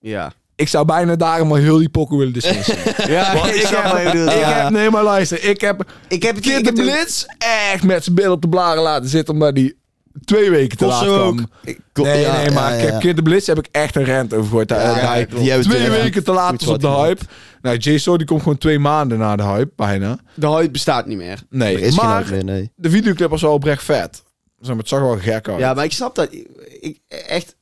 S3: ja.
S1: ik zou bijna daarom al heel die pokoe willen discussiëren.
S3: Ja,
S1: Want ik heb,
S3: wat je bedoelt,
S1: ik
S3: ja.
S1: heb, nee maar luister, ik heb
S3: Ik heb het
S1: Kid
S3: ik
S1: de
S3: heb het ook-
S1: Blitz echt met zijn billen op de blaren laten zitten omdat die twee weken te laat
S3: Kosso ook.
S1: kwam.
S3: Ik-
S1: Nee,
S2: Ja,
S1: nee,
S2: ja,
S1: maar
S2: ja,
S1: ik heb
S2: ja.
S1: Kid de Blitz heb ik echt een rent over gehoord. Eh, Daar-
S3: Ja,
S1: daar-
S3: ja, klopt.
S2: Die hebben
S1: twee
S2: twee
S1: weken te laat
S2: goed
S1: was op de
S2: wat
S1: hype. Nou, Jay Saw die komt gewoon twee maanden na de hype, bijna.
S3: De hype bestaat niet meer.
S1: Nee,
S2: Er is geen
S1: maar
S2: uit meer, nee.
S1: de videoclip was wel oprecht vet. Zeg maar, het zag er wel gek uit.
S3: Ja, maar ik snap dat. Ik, ik- echt.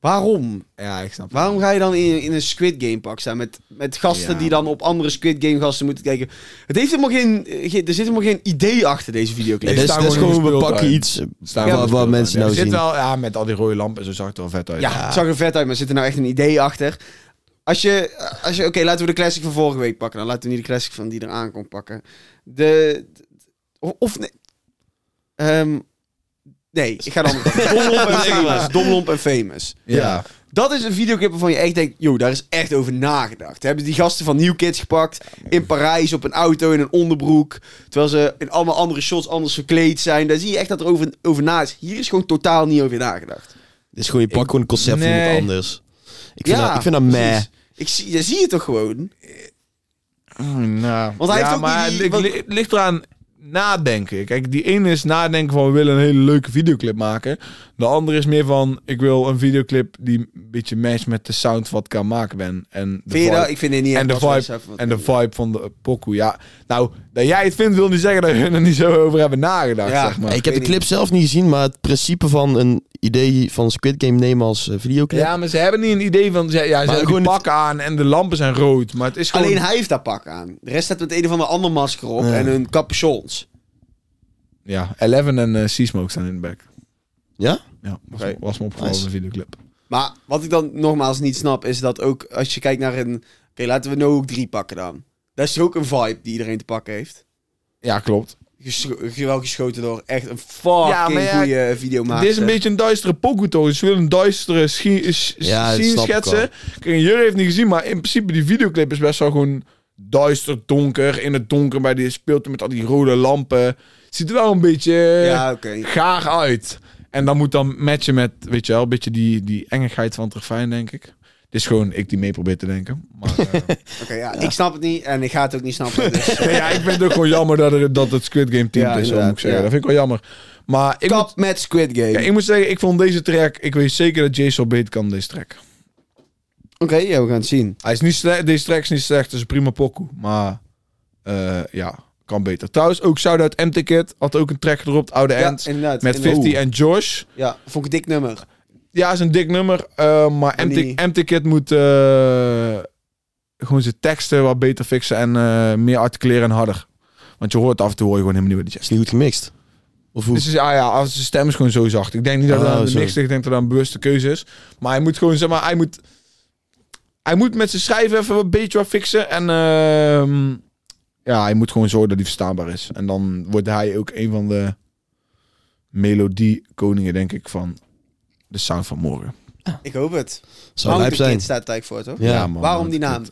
S3: Waarom?
S1: Ja, ik snap
S3: Waarom ga je dan in, in een Squid Game pak staan met, met gasten
S1: Ja.
S3: die dan op andere Squid Game gasten moeten kijken? Het heeft helemaal geen, eh, geen- er zit helemaal geen idee achter deze videoclip.
S2: Nee,
S1: dit
S2: dat
S1: is
S2: is,
S1: daar
S2: dat is
S1: gewoon
S2: Dus- gewoon, we
S1: gespeeld
S2: pakken
S1: uit.
S2: iets.
S1: Staan
S2: Ja,
S1: we
S2: wat-
S1: wel
S2: wat mensen nou
S1: er zit
S2: zien.
S1: Wel, ja, met al die rode lampen en zo zag het er wel vet uit.
S3: ja, het zag er vet uit, maar zit er nou echt een idee achter? Als je, als je oké, laten we de classic van vorige week pakken. Dan laten we niet de classic van die eraan komt pakken. De, of, of nee. Ehm, nee, ik ga dan. Domlomp en famous. Domlomp en famous.
S1: Ja.
S3: Dat is een videoclip waarvan je echt denkt, joh, daar is echt over nagedacht. Hebben die gasten van New Kids gepakt in Parijs op een auto in een onderbroek. Terwijl ze in allemaal andere shots anders verkleed zijn. Daar zie je echt dat er over, over na is. Hier is gewoon totaal niet over nagedacht.
S2: Dit is gewoon, je pakt gewoon een concept van
S1: Nee.
S2: iemand anders. Ik vind dat, ik vind dat meh.
S3: precies. Ik zie, je zie het toch gewoon?
S1: Nou,
S3: Want hij
S1: ja,
S3: heeft ook
S1: maar
S3: die-
S1: het
S3: wat-
S1: li- het ligt eraan. nadenken. Kijk, die ene is nadenken van we willen een hele leuke videoclip maken. De andere is meer van ik wil een videoclip die een beetje matcht met de sound wat ik aan het maken ben. En de
S3: Vind je
S1: vibe-
S3: dat? Ik vind het niet
S1: en de
S3: echt wat we
S1: vibe,
S3: zeggen, want-
S1: en de vibe van de pokoe, ja. Nou, dat jij het vindt wil niet zeggen dat hun er niet zo over hebben nagedacht,
S3: Ja.
S1: zeg maar.
S2: ik heb de
S3: weet
S2: clip zelf niet gezien, maar het principe van een idee van Squid Game nemen als eh, videoclip.
S1: Ja, maar ze hebben niet een idee van... Ze, ja, ze hebben die
S2: gewoon het-
S1: pakken aan en de lampen zijn rood, maar het is gewoon...
S3: Alleen hij heeft dat pak aan. De rest staat met een of ander ander masker op
S2: Ja.
S3: en een capuchons.
S1: Ja, Eleven en eh Seasmoke staan in de back.
S2: Ja?
S1: Ja, was,
S3: Oké.
S1: me- was me opgevallen
S2: Nice.
S1: in de videoclip.
S3: Maar wat ik dan nogmaals niet snap, is dat ook als je kijkt naar een... Oké, laten we No Hook 3 pakken dan. Dat is ook een vibe die iedereen te pakken heeft.
S1: Ja, klopt.
S3: Gestro- wel geschoten door echt een fucking
S1: Ja, maar ja,
S3: goede videomaker.
S1: Dit is een beetje een duistere pokoe, toch? Dus Ze willen een duistere schi- s-
S2: Ja, dat
S1: scene
S2: snap ik wel.
S1: schetsen. Kijk, jullie heeft niet gezien, maar in principe die videoclip is best wel gewoon duister, donker. In het donker, bij die speelt hij met al die rode lampen. Ziet er wel een beetje eh,
S3: Ja, oké.
S1: gaar uit. En dan moet dan matchen met, weet je wel, een beetje die, die engigheid van het refijn, denk ik. Het is gewoon ik die mee probeer te denken. Maar, eh,
S3: Oké, ja, Ik snap het niet en ik ga het ook niet snappen. Dus.
S1: nee, eh, ja, ik vind het ook gewoon jammer dat, er, dat het Squid Game team is,
S3: Ja,
S1: zo moet ik
S3: inderdaad,
S1: zeggen.
S3: ja.
S1: Dat vind ik wel jammer. Maar ik moet,
S3: Kap met Squid Game.
S1: ja, ik moet zeggen, ik vond deze track... Ik weet zeker dat Jason Bate kan deze track.
S3: Oké, ja, we gaan het zien.
S1: Hij is niet slecht, deze track is niet slecht, het is een prima pokoe. Maar eh, ja, kan beter. Trouwens, ook shout-out MT-Kid. Had ook een track gedropt, Oude
S3: Ja,
S1: Ends.
S3: inderdaad.
S1: met
S3: inderdaad.
S1: 50 en Josh.
S3: Ja, vond ik een dik nummer.
S1: Ja, is een dik nummer. eh, maar
S3: En die-
S1: MT-Kid moet eh, gewoon zijn teksten wat beter fixen en eh, meer articuleren en harder. Want je hoort af en toe hoor je gewoon helemaal niet wat
S2: Is
S1: hij
S2: niet goed gemixt. Of hoe?
S1: zegt. Dus ah ja, als zijn stem is gewoon zo zacht. Ik denk niet dat
S2: Oh,
S1: dat
S2: zo.
S1: niks Ik denk dat dat een bewuste keuze is. Maar hij moet gewoon, zeg maar, hij moet... Hij moet met zijn schrijven even een beetje wat fixen. En ehm, ja, hij moet gewoon zorgen dat hij verstaanbaar is. En dan wordt hij ook een van de melodiekoningen, denk ik, van de Sound van Morgen.
S3: Ik hoop het.
S2: Zou
S3: Mountain
S2: lijp zijn.
S3: Kid staat tijd voor, toch?
S2: Ja.
S1: man,
S3: Waarom
S1: dat-
S3: die naam? Oh,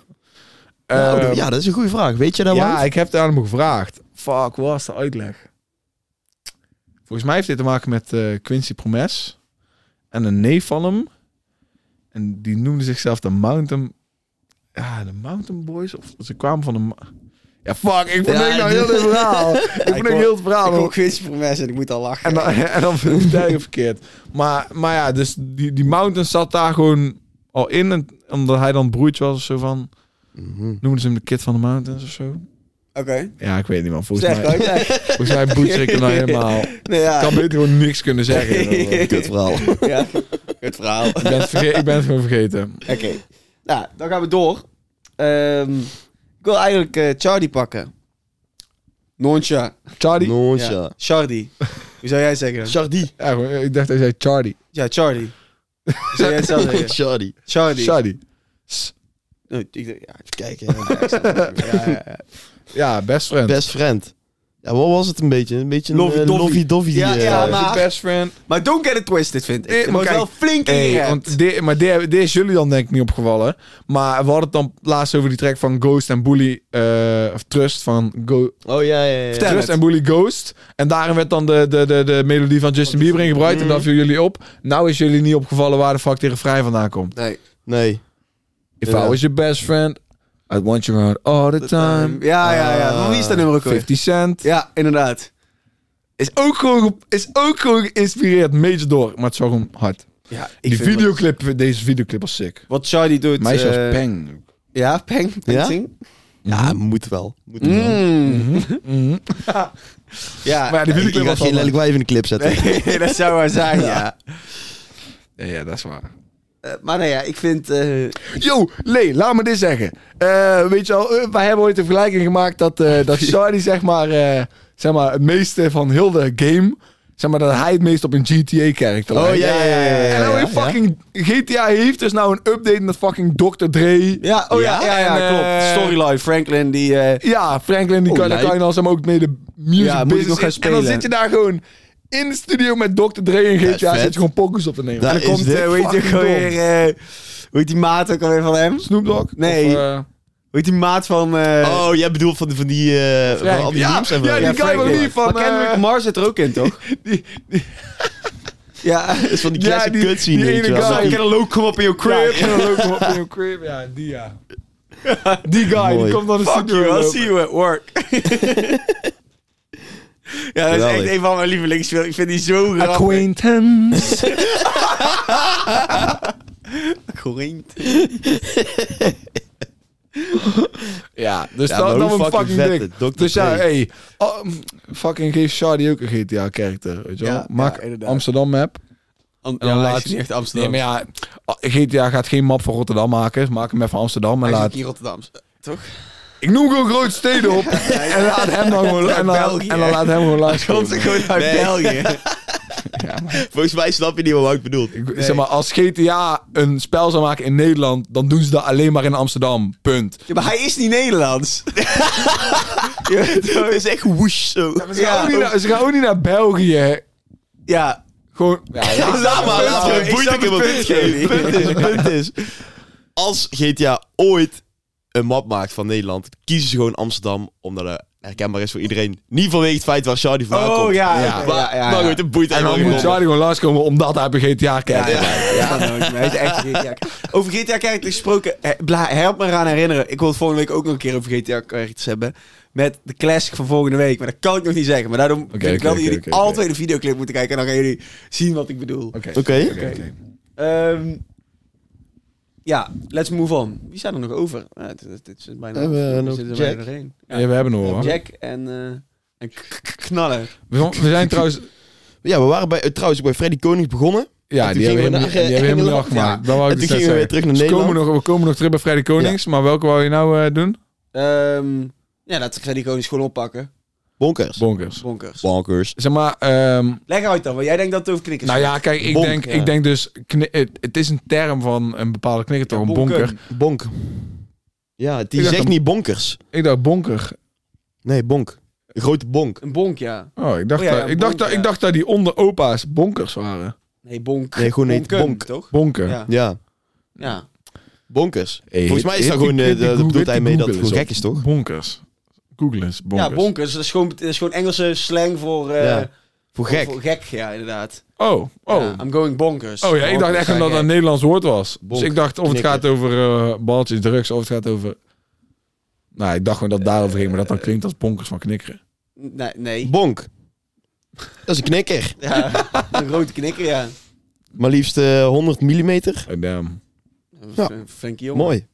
S1: Eh,
S2: Nou, dat- ja, dat is een goede vraag. Weet je dat
S1: ja,
S2: wel?
S1: ik heb het aan hem gevraagd. Fuck, wat was de uitleg? Volgens mij heeft dit te maken met eh, Quincy Promes. En een neef van hem. En die noemde zichzelf de Mountain... Ja, de Mountain Boys. Of ze kwamen van de... ma- Ja, fuck, ik verdenk
S2: Ja,
S1: nou
S2: ik-
S1: heel dit verhaal. ik verdenk
S3: hoor-
S1: heel het verhaal.
S3: Ik
S1: hoor.
S3: hoor Quincy Promes en ik moet al lachen.
S1: En dan, en dan vertel ik verkeerd. Maar, maar ja, dus die, die Mountain zat daar gewoon al in. En, omdat hij dan broertje was of zo van...
S2: Mhm.
S1: Noemden ze hem de Kid van de Mountains of zo.
S3: Oké.
S1: Ja, ik weet niet, man. Volgens
S3: Zeg,
S1: mij...
S3: uitleg.
S1: Volgens mij boets ik er nou helemaal.
S3: Nee, ja.
S1: Ik kan beter gewoon niks kunnen zeggen.
S2: Kut verhaal.
S3: ja. Het verhaal.
S1: Ik ben, het verge- ik ben het gewoon vergeten.
S3: Oké. Nou, dan gaan we door. Ehm, ik wil eigenlijk eh Chardy pakken. Noncha.
S1: Charlie?
S2: Noncha.
S3: Chardy. Hoe zou jij zeggen? dan?
S2: Chardy.
S1: Ja, gewoon, eh, ik dacht hij zei Charlie.
S3: ja, Chardy. Hoe zou jij het zelf zeggen?
S2: Chardy.
S3: Chardy.
S1: Charlie.
S3: Oh, ik dacht- ja,
S2: Kijk, ja.
S3: ja, ja, ja.
S1: Ja, best friend.
S2: best friend. Ja, wat was het een beetje? Een beetje een
S3: Lovey
S2: eh,
S3: dovey.
S2: lovey-dovey.
S3: Ja,
S2: eh,
S3: ja,
S1: Is
S3: maar-
S1: het best friend.
S3: Maar don't get it twisted, vind ik.
S1: Nee,
S3: Er
S1: maar
S3: wordt
S1: kijk.
S3: wel flink in
S1: Hey,
S3: gerapt.
S1: want die, maar die, die is jullie dan denk ik niet opgevallen. Maar we hadden het dan laatst over die track van Ghost en Bully. eh, of Trust van Go
S2: Oh ja, ja, ja.
S3: Vertel.
S1: Trust
S3: het.
S1: en Bully Ghost. En daarin werd dan de, de, de, de melodie van Justin Bieber ingebruikt. En dat viel jullie op. Nou is jullie niet opgevallen waar de fuck tegen vrij vandaan komt.
S3: Nee.
S2: Nee.
S1: If
S2: Ja.
S1: I was your best friend, I'd want you around all the time.
S3: Ja, ja, ja.
S1: Ah.
S3: Van wie is dat nummer ook weer?
S1: 50 Cent.
S3: Ja, inderdaad.
S1: Is ook gewoon, ge- is ook gewoon geïnspireerd. Major door, maar het is wel gewoon hard.
S3: Ja, ik
S1: Die
S3: vind
S1: videoclip, deze videoclip was sick.
S3: Wat, wat Chardy doet...
S1: Meisje als
S3: eh,
S1: Peng.
S3: Ja, Peng.
S2: Ja?
S3: Peng.
S2: Ja, moet wel. Moet wel.
S3: Mm. Ja.
S1: Maar ja, die
S2: Ik
S1: videoclip
S2: ga
S1: was
S2: geen
S1: wel
S2: lelijk wijf in de clip zetten.
S3: dat zou wel zijn, ja.
S1: Ja, ja, dat is waar.
S3: Eh, maar nee, ja, ik vind... eh,
S1: Yo, Lee, laat me dit zeggen. Eh, weet je wel, eh, wij hebben ooit de vergelijking gemaakt dat, eh dat Shardy zeg maar, eh, zeg maar het meeste van heel de game, zeg maar dat hij het meest op een GTA-character
S2: Oh,
S1: lijkt.
S2: ja, ja, ja, ja,
S1: En
S3: Oh,
S1: nou
S2: ja,
S1: in fucking GTA heeft dus nou een update met fucking Dr. Dre.
S3: Ja, oh ja, ja, ja,
S1: En, eh,
S3: klopt. Storyline, Franklin, die... eh,
S1: Ja, Franklin, die
S2: Oh,
S1: kan, daar
S2: lijp.
S1: kan je als hem ook mee de music
S3: Ja, moet ik
S1: business
S3: nog gaan
S1: in. En dan
S3: spelen.
S1: zit je daar gewoon in de studio met Dr. Dre en GTA,
S2: vet.
S1: zit je gewoon pokus op te nemen.
S2: Daar
S1: En
S2: is
S1: dan komt,
S2: dit
S1: eh,
S3: eh, hoe heet die ook
S1: fucking
S3: alweer,
S1: Dom.
S3: eh, hoe heet die maat ook alweer van hem? Hoe
S1: Snoop Dogg?
S3: Nee.
S1: Of, eh,
S3: heet die maat van... eh,
S2: Oh, jij bedoelt van, die- van die... eh van
S1: Frank.
S2: al die
S1: Ja,
S2: memes en
S1: ja,
S2: wel.
S1: die guy van
S3: Franklin.
S1: die van...
S3: Maar Kendrick
S1: eh,
S3: Lamar zit er ook in, toch?
S1: die-
S3: ja.
S2: Dat is van die
S1: Ja,
S2: classic
S1: die-
S2: cutscene,
S1: die
S2: weet
S1: ene
S2: je wel.
S1: guy.
S2: Zo.
S1: Get
S3: low come up in your
S1: crib. En dan lopen we op in een crib. Ja, die ja. Die guy,
S2: Mooi.
S1: die komt dan de
S3: Fuck
S1: studio
S3: you, I'll
S1: lopen.
S3: see you at work. Ja, dat is
S2: Geweldig.
S3: echt een van mijn lievelingsfilms. Ik vind die zo grappig.
S1: Acquaintance.
S3: Quaint.
S1: Ja, dus
S2: Ja,
S1: dat,
S2: maar
S1: dat
S2: hoe
S1: was een
S2: fucking
S1: fucking
S2: vet
S1: ding.
S2: het, Dr.
S1: Dus ja,
S2: Dre.
S1: hey, oh, mm, fucking geef Shardy ook een GTA-karakter, weet je wel?
S3: Ja,
S1: Maak
S3: ja, inderdaad.
S1: Amsterdam-map.
S3: En
S1: En dan
S3: dan
S1: laat
S3: laat
S1: je-
S3: je niet echt
S1: Nee,
S3: Amsterdam.
S1: maar ja, GTA gaat geen map van Rotterdam maken. Maak hem even van Amsterdam en
S3: Hij is
S1: laat...
S3: ook in Rotterdam. Toch?
S1: Ik noem gewoon grote steden op. En laat hem dan gewoon... En, laat,
S3: België.
S1: en dan laat hem gewoon langskomen.
S3: Komt er gewoon uit
S2: Nee.
S3: België.
S1: Ja, maar
S2: Volgens mij snap je niet wat ik bedoel.
S1: Ik, Zeg maar, als GTA een spel zou maken in Nederland, dan doen ze dat alleen maar in Amsterdam. Punt.
S3: Ja, maar hij is niet Nederlands.
S2: Het is echt woesh zo.
S1: Ze, gaan ook niet naar, ze gaan ook niet naar België.
S3: Ja.
S1: Gewoon. Ja, ja.
S2: Laat maar,
S3: punt,
S2: laat
S3: joh.
S2: maar.
S3: Ik
S2: Boeit
S3: snap
S2: ik hem
S3: het
S2: wel.
S3: punt, Geli.
S2: Punt is, punt is. Als GTA ooit een map maakt van Nederland, kiezen ze gewoon Amsterdam, omdat het herkenbaar is voor iedereen. Niet vanwege het feit waar Shardy vandaan komt.
S3: Oh ja.
S1: Ja.
S3: oké, ja, ja,
S2: Maar
S3: ja.
S2: goed, het boeit
S1: En dan moet Charlie gewoon langskomen omdat hij op een GTA kijkt.
S3: Ja, ja, ja. Hij is echt een GTA-karakter. Over GTA-characters gesproken, eh, bla- help me eraan herinneren. Ik wil het volgende week ook nog een keer over GTA-characters hebben. Met de classic van volgende week. Maar dat kan ik nog niet zeggen. Maar daarom vind ik
S1: oké, oké,
S3: wel dat jullie
S1: oké, oké.
S3: altijd de videoclip moeten kijken. En dan gaan jullie zien wat ik bedoel.
S1: Oké.
S2: Oké.
S1: Oké, oké.
S3: Ehm, ja, let's move on. Wie staat er nog over? Ah, dit, dit- dit is bijna,
S2: We hebben
S3: we
S2: nog
S3: zitten er
S2: Jack.
S3: bijna doorheen. Ja,
S1: Ja, we hebben nog wel. hoor.
S3: Jack en, eh en k- k- knallen.
S1: We, we zijn trouwens.
S2: Ja, we waren bij, eh, trouwens ook bij Freddy Konings begonnen.
S1: Ja,
S2: En toen
S1: die hebben
S2: gingen we
S1: helemaal,
S2: naar,
S1: niet- die
S2: eh,
S1: hebben helemaal niet
S2: Engeland.
S1: afgemaakt.
S2: Ja.
S1: Dat wou ik
S2: En toen
S1: dus net
S2: gingen we
S1: zeggen.
S2: weer terug naar
S1: Dus
S2: Nederland.
S1: komen we nog, we komen nog terug bij Freddy Konings. Maar welke wou je nou eh, doen?
S3: Ehm ja, laten we die gewoon eens gewoon oppakken.
S2: Bonkers.
S1: Bonkers.
S3: Bonkers.
S2: Bonkers.
S1: Zeg maar, ehm,
S3: Leg uit dan, want jij denkt dat het over knikkers
S1: nou ja, kijk, ik,
S2: Bonk,
S1: denk,
S2: ja.
S1: ik denk dus, kni- het, het is een term van een bepaalde knikker, toch? een bonker.
S2: Bonk. Ja, die
S1: Ik dacht
S2: zegt
S1: een-
S2: niet bonkers.
S1: Ik dacht bonker.
S2: Nee, bonk. Een grote bonk.
S3: Een bonk, ja.
S1: Oh, ik dacht,
S3: Oh ja,
S1: dat,
S3: ja,
S1: ik, dacht dat,
S3: bonk,
S1: ik
S3: ja.
S1: dacht dat die onder opa's bonkers waren.
S3: Nee, bonk.
S2: Nee, gewoon heet
S3: Bonken,
S2: bonk.
S3: toch?
S1: Bonken.
S3: Ja.
S2: Ja,
S3: ja.
S2: bonkers.
S1: Hey,
S2: Volgens mij is
S1: hit
S2: dat
S1: die-
S2: gewoon, eh,
S1: hit die
S2: de- de
S1: Google-
S2: bedoelt hij
S1: hit
S2: mee
S1: die
S2: dat het
S1: Google
S2: gewoon gek
S1: eens
S2: is, toch?
S1: op. Bonkers. Google eens, bonkers.
S3: Ja, bonkers. Dat is gewoon, dat is gewoon Engelse slang voor, eh,
S2: Ja, Voor gek.
S3: voor gek. Ja, inderdaad.
S1: Oh, oh.
S3: Ja, I'm going bonkers.
S1: Oh ja, ik dacht echt
S3: Bonkers,
S1: dat dat
S3: ja,
S1: een Nederlands woord was.
S2: Bonk,
S1: dus ik dacht of het
S2: knikker.
S1: gaat over eh, balletjes, drugs, of het gaat over... Nou, ik dacht gewoon dat het daarover ging, maar dat dan klinkt als bonkers van knikkeren.
S3: Nee, nee.
S2: Bonk. Dat is een knikker.
S3: Ja, een grote knikker, ja.
S2: Maar liefst eh, 100 mm.
S1: Oh, damn.
S3: Ja. Frankie Jong.
S2: Mooi.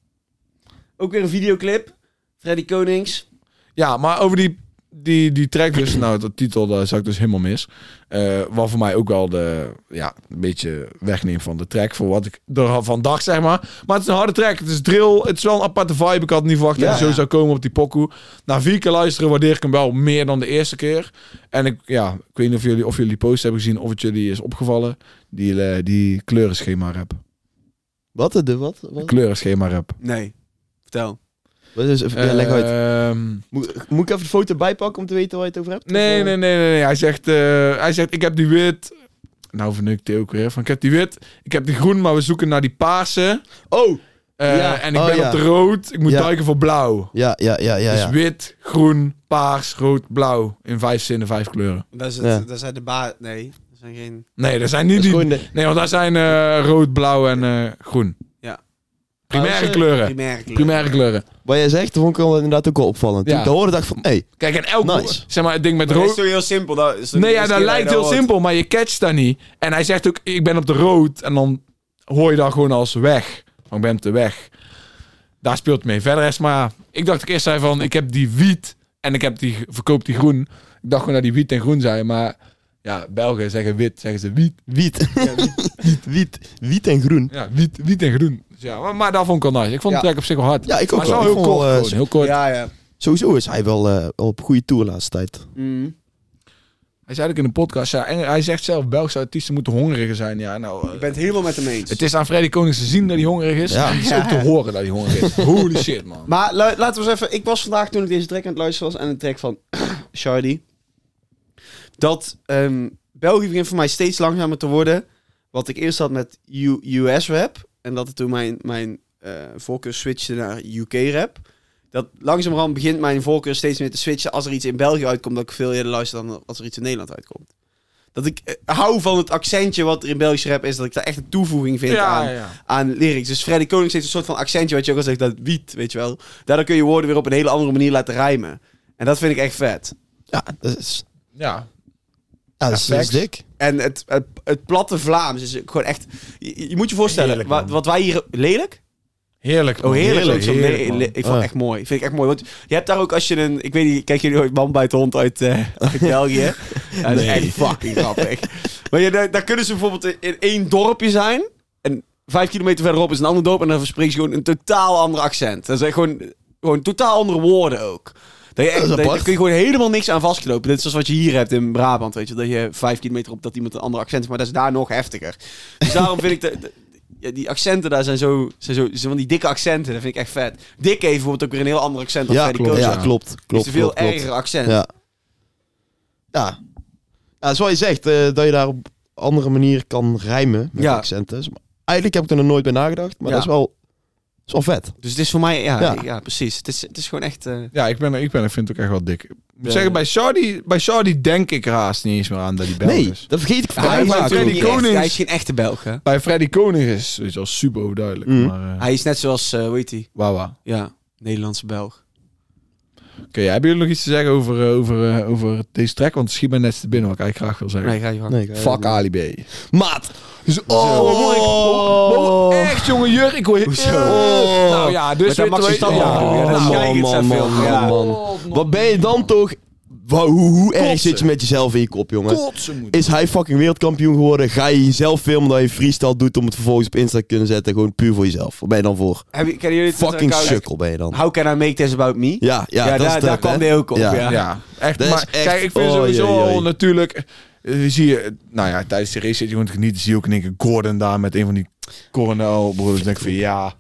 S3: Ook weer een videoclip. Freddy Konings.
S1: Ja, maar over die, die, die track dus, nou, dat titel, daar zag ik dus helemaal mis. Eh, wat voor mij ook wel de, ja, een beetje wegneemt van de track, voor wat ik ervan dacht, zeg maar. Maar het is een harde track, het is drill, het is wel een aparte vibe. Ik had niet verwacht dat
S3: Ja,
S1: hij zo
S3: ja.
S1: zou komen op die pokoe. Na vier keer luisteren waardeer ik hem wel meer dan de eerste keer. En ik, ja, ik weet niet of jullie, of jullie die post hebben gezien, of het jullie is opgevallen, die, eh, die kleurenschema rap.
S2: Wat? De wat? Wat,
S1: Kleurenschema rap.
S3: Nee. Vertel.
S2: wat is, even, ja, leg uit.
S1: Ehm,
S2: Moet, moet ik even de foto bijpakken om te weten waar je het over hebt?
S1: Nee,
S2: Of, eh,
S1: nee, nee, nee. nee. Hij, zegt, eh, hij zegt, ik heb die wit. Nou verneukt hij ook weer. Van, ik heb die wit, ik heb die groen, maar we zoeken naar die paarse.
S2: Oh!
S1: Eh,
S2: Ja.
S1: En ik
S2: Oh,
S1: ben
S2: ja.
S1: op de rood. Ik moet
S2: Ja.
S1: duiken voor blauw.
S2: Ja, ja, ja, ja. ja.
S1: Dus wit, groen, paars, rood, blauw. In vijf zinnen, vijf kleuren.
S3: Dat, is het,
S2: Ja.
S3: dat zijn de baas. Nee. Dat zijn geen...
S1: Nee, dat zijn niet
S2: Dat is
S1: die...
S2: gewoon de-
S1: Nee, want daar zijn eh, rood, blauw en eh, groen.
S3: Ja.
S1: Primaire
S2: Paarse,
S1: kleuren.
S3: Primaire kleuren.
S1: Primaire kleuren.
S2: Wat jij zegt, vond ik wel inderdaad ook wel opvallend. Toen
S1: Ja.
S2: ik dat hoorde, dacht ik van, hey,
S1: Kijk, en elk...
S2: Nice.
S1: Zeg maar, het ding met
S3: Maar dat
S1: rood...
S3: is toch heel simpel? Dat is
S1: Nee,
S3: toch de
S1: ja,
S3: eerste
S1: dat
S3: keer
S1: lijkt
S3: je
S1: heel
S3: hoort?
S1: simpel, maar je catcht dat niet. En hij zegt ook, ik ben op de rood. En dan hoor je dat gewoon als weg. Van, ik ben op de weg. Daar speelt het mee. Verder is maar... Ik dacht ik eerst zei van, ik heb die wiet en ik heb die, verkoop die groen. Ik dacht gewoon dat die wiet en groen zijn, maar... Ja, Belgen zeggen wit, zeggen ze wiet.
S2: wiet. wiet. wiet. Wiet en groen.
S1: Ja, wiet, wiet en groen. Dus ja, maar, maar dat vond ik wel nice. Ik vond de
S3: Ja.
S1: track op zich wel hard.
S2: Ja, ik ook
S1: maar
S2: wel.
S1: zo
S2: Ik
S1: heel
S2: vond wel,
S1: kort,
S2: eh,
S1: gewoon, heel kort.
S3: Ja, ja.
S2: Sowieso is hij wel eh, wel op goede tour de laatste tijd.
S3: Mm.
S1: Hij zei ook in de podcast, ja, en hij zegt zelf, Belgische artiesten moeten hongeriger zijn. Ja, nou... eh,
S3: Ik ben het helemaal met hem eens.
S1: Het is aan Freddy Konings te zien dat hij hongerig is.
S2: Ja.
S1: En het is ook te horen dat hij hongerig is. Holy shit, man.
S3: Maar lu- laten we eens even... Ik was vandaag, toen ik deze track aan het luisteren was... en een track van Shardy... dat ehm, België begint voor mij steeds langzamer te worden. Wat ik eerst had met U- US rap... en dat het toen mijn, mijn eh, voorkeur switchte naar UK rap... Dat langzamerhand begint mijn voorkeur steeds meer te switchen... als er iets in België uitkomt... dat ik veel eerder luister dan als er iets in Nederland uitkomt. Dat ik eh, hou van het accentje wat er in Belgische rap is... dat ik daar echt een toevoeging vind aan aan lyrics. Dus Freddy Konings heeft een soort van accentje, wat je ook al zegt, dat wiet, weet je wel. Daardoor kun je woorden weer op een hele andere manier laten rijmen. En dat vind ik echt vet.
S2: Ja, dat is
S1: Ja.
S2: Ja, dat is, dat is
S1: facts.
S2: dik.
S3: En het, het, het platte Vlaams is gewoon echt... Je, je moet je voorstellen,
S1: Heerlijk,
S3: wa-
S1: man.
S3: wat, wij hier... Lelijk?
S1: Heerlijk.
S3: Oh,
S1: man.
S3: heerlijk. ook zo. Nee,
S1: heerlijk, man.
S3: le- ik vond het
S2: Ah.
S3: echt mooi. Vind ik echt mooi. Want je hebt daar ook als je een... Ik weet niet, kijk jullie ooit Man bij het Hond uit, eh, uit België? Ja, dat is echt fucking grappig. Maar ja, daar, daar kunnen ze bijvoorbeeld in- in één dorpje zijn. En vijf kilometer verderop is een ander dorp. En dan verspreekt ze gewoon een totaal ander accent. Dat zijn gewoon, gewoon totaal andere woorden ook. Dat je echt,
S2: Dat is
S3: dat je-
S2: apart.
S3: daar kun je gewoon helemaal niks aan vastknopen. Dit is zoals wat je hier hebt in Brabant, weet je. Dat je vijf kilometer op dat iemand een ander accent heeft. Maar dat is daar nog heftiger. Dus daarom vind ik... De, de- ja, die accenten daar zijn zo, zijn zo... Zijn van die dikke accenten, dat vind ik echt vet. Dick heeft bijvoorbeeld ook weer een heel ander accent dan
S2: Ja,
S3: Freddy
S2: klopt.
S3: Coach.
S2: Ja, klopt.
S3: is
S2: klopt
S3: een veel
S2: klopt, klopt.
S3: erger accent.
S2: Ja. Ja. ja, dat is wat je zegt, eh, dat je daar op andere manier kan rijmen met
S3: Ja.
S2: accenten. Maar eigenlijk heb ik er nog nooit bij nagedacht, maar
S3: Ja.
S2: dat is wel, dat is wel vet.
S3: Dus het is voor mij... Ja,
S2: Ja.
S3: ja. precies. Het is, het is gewoon echt... eh,
S1: Ja, ik, ben, er- ik, ben, er- vind het ook echt wel dik. Ik moet zeggen, bij Saudi, bij Saudi denk ik er haast niet eens meer aan dat hij Belg
S2: Nee,
S1: is.
S2: dat vergeet ik
S1: Ja,
S2: vaak.
S1: hij
S3: hij,
S1: is
S3: is
S1: maar natuurlijk
S3: natuurlijk
S1: Freddy
S3: niet
S1: Konings.
S3: echt- hij is geen echte Belg, hè?
S1: Bij Freddy Koning is het al super overduidelijk.
S2: Mm.
S1: Maar, eh,
S3: Hij is net zoals, eh hoe heet hij?
S1: wawa.
S3: Ja, Nederlandse Belg.
S1: Oké, hebben jullie nog iets te zeggen over, eh, over, eh, over deze track? Want het schiet mij net te binnen wat ik eigenlijk graag wil zeggen.
S3: Nee, ga je gang.
S2: Nee, ik-
S1: Fuck Ali B.
S2: Maat. Dus,
S1: Oh, hoor ik- hoor- hoor-
S2: oh.
S1: echt jongen, Jur, ik hoor je.
S2: Hoezo?
S1: Eh, Nou ja, dus
S3: Met dat
S1: weet-
S3: Maxi
S1: weet-
S3: Standaard
S1: ja.
S3: bedoel je, hè?
S2: Oh,
S3: dat is
S1: Nou,
S3: gelijk
S2: man,
S3: iets aan
S2: man,
S3: veel.
S2: man,
S3: Ja.
S2: man, man. Wat ben je dan toch... Wauw, hoe, hoe erg
S1: Kotsen.
S2: zit je met jezelf in je kop, jongen?
S1: kotsen moet.
S2: Is hij fucking wereldkampioen geworden? Ga je jezelf filmen dat je freestyle doet om het vervolgens op Insta te kunnen zetten? Gewoon puur voor jezelf. Wat ben je dan voor?
S3: Heb je- kennen jullie het
S2: Fucking
S3: account?
S2: sukkel ben je dan.
S3: How can I make this about me?
S2: Ja, ja, dat is
S3: daar,
S2: het,
S3: daar
S2: hè?
S3: kwam die ook op.
S2: Ja.
S3: Ja.
S1: Ja, echt.
S2: Dat is
S1: maar
S2: echt-
S1: kijk, ik vind
S2: oh,
S1: sowieso
S2: jee, jee.
S1: al natuurlijk... eh, zie je, nou ja, tijdens de race zit je gewoon te genieten. Zie je ook in één keer Gordon daar met een van die coronel broers. Dan denk ik van, ja...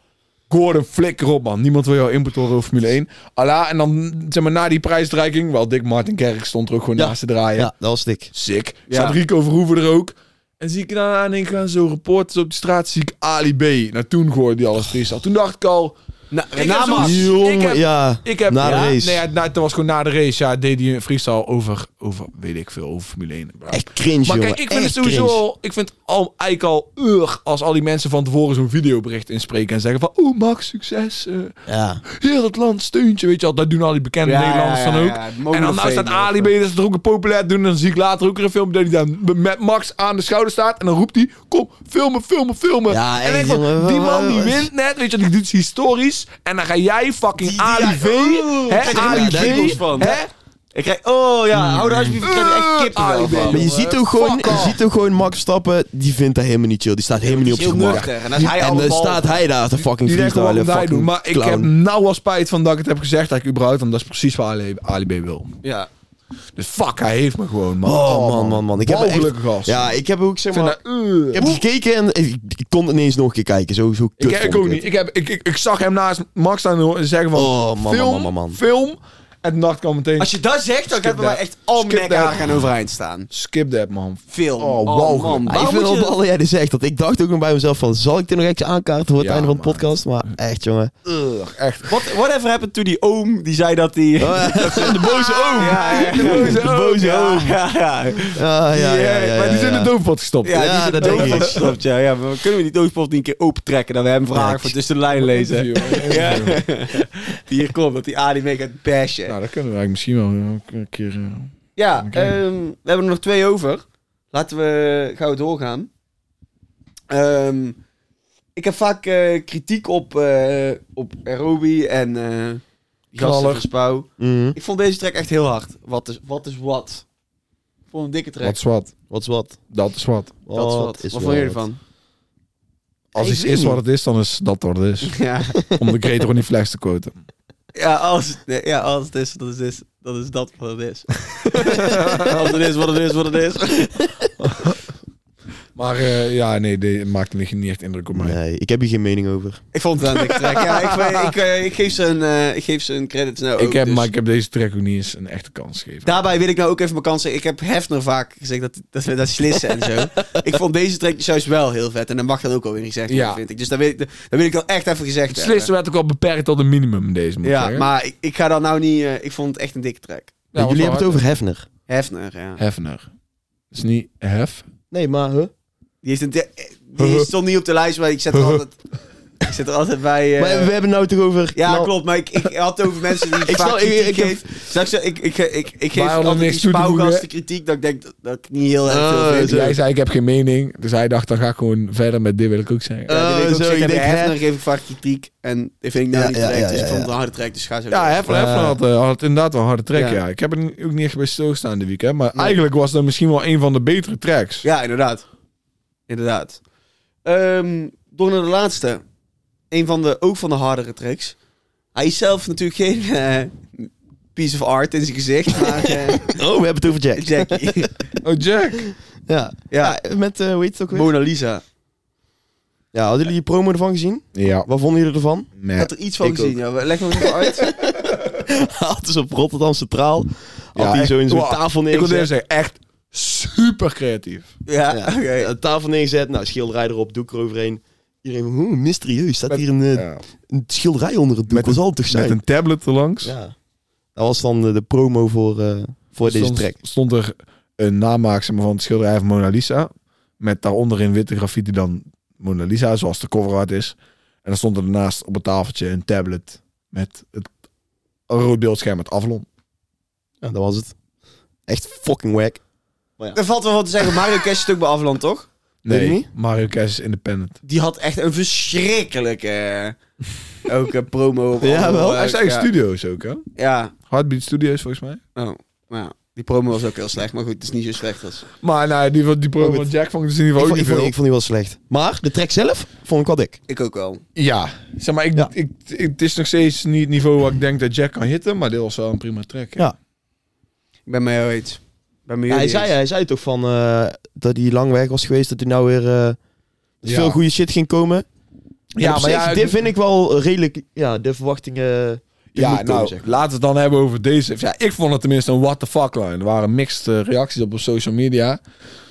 S1: Gordon, flikker op, man. Niemand wil jou input horen over Formule 1. Alla, en dan, zeg maar, na die prijsdreiking... Wel, Dick Martin Kerk stond er ook gewoon
S2: Ja.
S1: naast te draaien.
S2: Ja, dat was dik.
S1: Sick.
S3: Ja.
S1: Staat Rico Verhoeven er ook. En zie ik daarna en ik ga zo reporters op de straat, zie ik Ali B. Nou, toen gooide die alles freestyle. Toen dacht ik al,
S3: Na,
S1: heb
S3: na
S1: zo'n-
S3: Maas.
S1: Ik
S2: Jongen,
S1: heb-
S2: ja.
S1: ik heb...
S2: Na de
S1: ja,
S2: race.
S1: Nee, ja, na, toen was gewoon na de race, ja, deed hij een freestyle over, over, weet ik veel, over Formule 1. Bla.
S2: Echt cringe,
S1: Maar
S2: jongen.
S1: kijk, ik vind het
S2: Echt
S1: sowieso
S2: cringe.
S1: al, ik vind het al, eigenlijk al uur als al die mensen van tevoren zo'n videobericht inspreken en zeggen van, oh Max, succes, eh,
S2: Ja.
S1: heel het land steunt je, weet je wel. Dat doen al die bekende
S3: Ja,
S1: Nederlanders
S3: ja, ja,
S1: dan ook.
S3: ja,
S1: en dan nou
S3: Molenveen
S1: staat
S3: ook,
S1: Ali
S3: ja.
S1: B, dat is er ook een populair doen. En dan zie ik later ook weer een filmpje dat hij dan met Max aan de schouder staat. En dan roept hij, kom, filmen, filmen, filmen.
S2: Ja,
S1: en ik
S2: echt,
S1: denk van,
S2: jongen.
S1: die man die wint net, weet je wel, die doet historisch. En dan ga jij fucking
S2: Die- die-
S1: Ali V,
S2: Oeh,
S1: hè,
S2: kijk,
S1: Ali
S2: ja, daar heb
S1: V,
S2: ik
S3: los van.
S1: hè.
S3: Ik krijg, oh ja, hou er alsjeblieft. Ik krijg er echt kippenvel
S1: Ali B.
S3: van.
S2: Maar je
S1: Jongen,
S2: ziet ook gewoon,
S1: fuck
S2: je
S1: off.
S2: ziet ook gewoon Max Stappen, die vindt dat helemaal niet chill. Die staat helemaal niet op zijn
S3: Heel
S2: gemak.
S3: nuchter. En dan is hij
S2: En
S3: allemaal...
S2: dan staat hij daar te fucking
S1: Die denkt gewoon
S2: freestylen,
S1: wat hij doet.
S2: fucking
S1: Maar ik heb
S2: clown.
S1: nou al spijt van dat ik het heb gezegd dat ik überhaupt, want dat is precies waar Ali, Ali B wil.
S3: Ja.
S1: Dus fuck, hij heeft me gewoon, man.
S2: Oh man, man, man. Ik heb echt-
S1: Walgelijke gast.
S2: Ja, ik heb ook zeg
S1: Ik vind
S2: maar...
S1: dat, eh.
S2: Ik heb gekeken en ik, ik kon het ineens nog een keer kijken. Zo, zo kut
S1: Ik, ik
S2: vond
S1: ook
S2: het.
S1: niet. Ik, heb, ik, ik, ik zag hem naast Max staan en zeggen van...
S2: Oh, man, man,
S1: film,
S2: man, man, man.
S1: film. En toen dacht ik al meteen...
S3: Als je dat zegt, dan hebben wij
S1: that.
S3: echt al
S1: Skip
S3: mijn
S1: that.
S3: gaan overeind staan.
S1: Skip that, man.
S3: Film.
S1: Oh,
S3: Oh,
S1: walgelijk.
S3: man.
S2: Ja, ik
S3: Waarom
S2: vind
S3: moet
S2: het
S3: je-
S2: wel dat jij dit zegt. Want ik dacht ook nog bij mezelf van... Zal ik dit nog extra aankaarten voor het
S1: Ja,
S2: einde van de
S1: man.
S2: podcast? Maar echt, jongen.
S1: Ugh, echt.
S3: What, whatever happened to die oom die zei dat die...
S1: Oh,
S3: Ja,
S2: de boze oom.
S3: ja, ja.
S2: De boze oom. Ah,
S3: Ja, ja.
S2: Ja, ja, ja, ja,
S1: maar die
S2: ja,
S1: zijn in
S2: ja.
S1: de doofpot gestopt.
S3: Ja,
S2: Ja,
S3: die
S2: dat
S3: dat
S2: denk ik.
S3: ja. ja maar kunnen we die doodspot niet een keer opentrekken? Dat we hem vragen
S2: Ja,
S3: voor tussen de lijn lezen.
S1: Interview,
S3: Ja.
S1: interview.
S3: Die hier komt, dat die Ali mee gaat bashen.
S1: Nou, dat kunnen we eigenlijk misschien wel een keer... eh,
S3: ja,
S1: oké.
S3: ehm, we hebben er nog twee over. Laten we gauw doorgaan. Ehm, ik heb vaak eh, kritiek op, eh op Roby en eh
S1: Knaller.
S3: Gasten Spouw.
S2: Mhm.
S3: Ik vond deze track echt heel hard. Wat is wat? Is wat? Ik vond een dikke track.
S1: Wat is wat?
S2: Wat is wat?
S1: Dat is wat.
S3: dat is wat. wat vond je ervan?
S1: Als
S2: Ik
S1: iets
S2: weet
S1: is
S2: niet.
S1: wat het is, dan is dat wat het is.
S3: Ja.
S1: Om de Great Ronnie Flex te quoten.
S3: Ja, als het, nee, ja, als het is, dat is dit. Dat is dat wat het is. als het is, wat het is, wat het is.
S1: Maar eh, ja, nee, die maakt niet niet echt indruk op mij.
S2: Nee, ik heb hier geen mening over.
S3: Ik vond het wel een dikke track. Ja, ik, ik, eh, ik geef ze een, eh, ik geef ze een credit
S1: ik
S3: nou ook,
S2: Oh,
S1: heb,
S3: dus.
S1: Maar ik heb deze track ook niet eens een echte kans gegeven.
S3: Daarbij wil ik nou ook even mijn kans zeggen. Ik heb Hefner vaak gezegd dat, dat we dat slissen en zo. ik vond deze track juist wel heel vet. En dan mag dat ook alweer gezegd worden,
S1: Ja.
S3: vind ik. Dus dat wil ik, dat wil ik dan echt even gezegd
S1: Het slissen werd ook al beperkt tot een minimum, deze moet ik
S3: hebben. Ja,
S1: zeggen.
S3: maar ik, ik ga dan nou niet... eh, ik vond het echt een dikke track.
S1: Nou,
S2: Jullie
S1: was
S2: hebben het
S1: wel
S2: over Hefner.
S3: Hefner, ja.
S1: Hefner. Is niet Hef.
S2: Nee, maar... Huh?
S3: Die, heeft een, di- die stond niet op de lijst, maar ik zet er altijd... Ik zit er altijd bij... eh,
S2: maar we hebben nou toch over...
S3: ja,
S2: knal-
S3: klopt, maar ik, ik had het over mensen die
S2: Ik
S3: ik vaak
S2: snap- ik-
S3: kritiek
S2: ik heb-
S3: geven. Zou ik zeggen, ik, ik, ik, ik geef
S1: hadden
S3: altijd
S1: niks
S3: die
S1: toe te voegen.
S3: spouwgasten kritiek dat ik denk dat, dat ik niet heel erg
S2: Ah,
S3: veel vind.
S2: zo.
S1: Dus Jij zei, ik heb geen mening. Dus hij dacht, dan ga ik gewoon verder met dit wil ik ook zeggen.
S2: Eh,
S3: Ja, die weet ik
S2: zo,
S3: ook,
S2: ik
S3: ik
S2: denk,
S3: denk,
S2: hè?
S3: Hefner geef ik vaak kritiek. En die vind ik nou
S2: Ja,
S3: niet
S2: ja,
S3: direct.
S2: ja,
S3: dus
S2: ja,
S3: ik vond het
S2: ja.
S3: een harde track, dus ga zo.
S1: Ja,
S3: door.
S1: Hefner,
S2: Eh.
S1: Hefner had, eh, had inderdaad wel een harde track, ja.
S3: Ja.
S1: Ik heb er ni- ook niet echt bij stilstaan dit weekend. Maar eigenlijk was dat misschien wel een van de betere tracks.
S3: ja inderdaad. Inderdaad. Ehm, door naar de laatste. Een van de, ook van de hardere tracks. Hij is zelf natuurlijk geen eh, piece of art in zijn gezicht, maar eh,
S2: Oh, we hebben het over Jack.
S3: Jackie.
S1: Oh, Jack.
S2: Ja.
S3: ja,
S2: Ja, met, eh hoe heet het ook weer?
S3: Mona Lisa.
S2: Ja, hadden jullie die promo ervan gezien?
S1: Ja.
S2: Wat vonden jullie ervan?
S3: Ik
S1: Nee.
S3: had er iets van
S2: Ik
S3: gezien. Ja, leg me even uit.
S2: Had dus op Rotterdam Centraal. Had
S1: Ja,
S2: hij
S1: echt.
S2: zo in zo'n
S1: Wow.
S2: tafel
S1: Ik wil even
S2: neergezet.
S1: zeggen, echt super creatief.
S3: Ja,
S2: Ja,
S3: oké.
S2: Een tafel neergezet. Nou, schilderij erop, doek eroverheen. Iedereen van, hoe mysterieus. Staat
S1: Met-
S2: hier een, eh,
S1: Ja.
S2: een schilderij onder het doek?
S1: Met
S2: Wat zal het toch zijn?
S1: Met een tablet erlangs.
S2: Ja. Dat was dan eh, de promo voor, eh, voor deze
S1: stond,
S2: track.
S1: stond er een namaak zeg maar, van het schilderij van Mona Lisa. Met daaronder in witte graffiti dan Mona Lisa, zoals de cover art is. En dan stond er daarnaast op een tafeltje een tablet met het een rood beeldscherm met Avalon.
S2: Ja, dat was het. Echt fucking wack.
S3: Er valt wel wat te zeggen. Mario Cash is ook bij Avaland, toch?
S2: Weet je
S1: Nee,
S2: niet?
S1: Mario Kart is independent.
S3: Die had echt een verschrikkelijke... eh, Ook een promo. op
S2: Ja,
S3: Avalon.
S2: wel.
S3: Eh,
S1: Hij is eigen
S3: ja.
S1: studio's ook, hè?
S3: Ja.
S1: Heartbeat Studios, volgens mij.
S3: Oh, maar ja, die promo was ook heel slecht. Maar goed, het is niet zo slecht als...
S1: Maar nou, die, van- die promo
S2: Oh,
S1: van
S2: het-
S1: Jack vond ik dus in ieder
S2: Ik
S1: geval
S2: vond,
S1: ook niet
S2: ik, vond,
S1: veel.
S2: ik vond die wel slecht. Maar de track zelf vond ik wel dik.
S3: Ik ook wel.
S1: Ja, zeg maar, ik,
S2: Ja.
S1: Ik, ik- het is nog steeds niet het niveau waar ik denk dat Jack kan hitten, maar dit was wel een prima track.
S2: Ja.
S3: Ik ben mee ooit. Ben mee
S2: Ja, hij, zei, hij zei toch van eh, dat hij lang weg was geweest. Dat hij nou weer eh,
S1: Ja.
S2: veel goede shit ging komen.
S1: Ja,
S2: Ja, maar
S1: maar ja,
S2: dit
S1: ik-
S2: vind ik wel redelijk... Ja, de verwachtingen... eh,
S1: Ja,
S2: tegemoet komen,
S1: nou,
S2: zeg maar.
S1: laten we het dan hebben over deze. Ja, ik vond het tenminste een what the fuck line. Er waren mixed eh, reacties op op social media.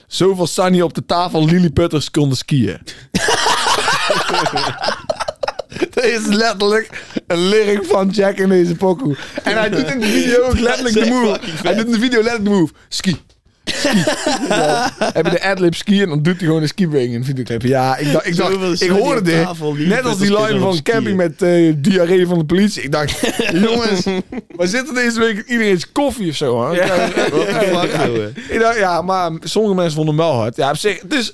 S1: Zoveel Sunny op de tafel, Lilliputters konden skiën. Dat is letterlijk een lyric van Jack in deze pokoe. En hij doet in de video ook letterlijk de move. Hij doet in de video letterlijk de move. Ski. Ski. Ja, Heb je de adlib ski en dan doet hij gewoon een skibeweging in de videoclip. Ja, ik dacht, ik,
S2: Zoveel
S1: dacht, ik
S2: Sunny
S1: hoorde
S2: op
S1: dit.
S2: tafel,
S1: Net als
S2: Lilliputters
S1: die line
S2: kunnen op
S1: van
S2: skiën.
S1: camping met eh diarree van de politie. Ik dacht, jongens, we zitten deze week in iedereen's koffie of zo. Hoor.
S2: What the fuck, joh.
S1: Ik dacht, ja, maar sommige mensen vonden hem wel hard. Ja, op zich, dus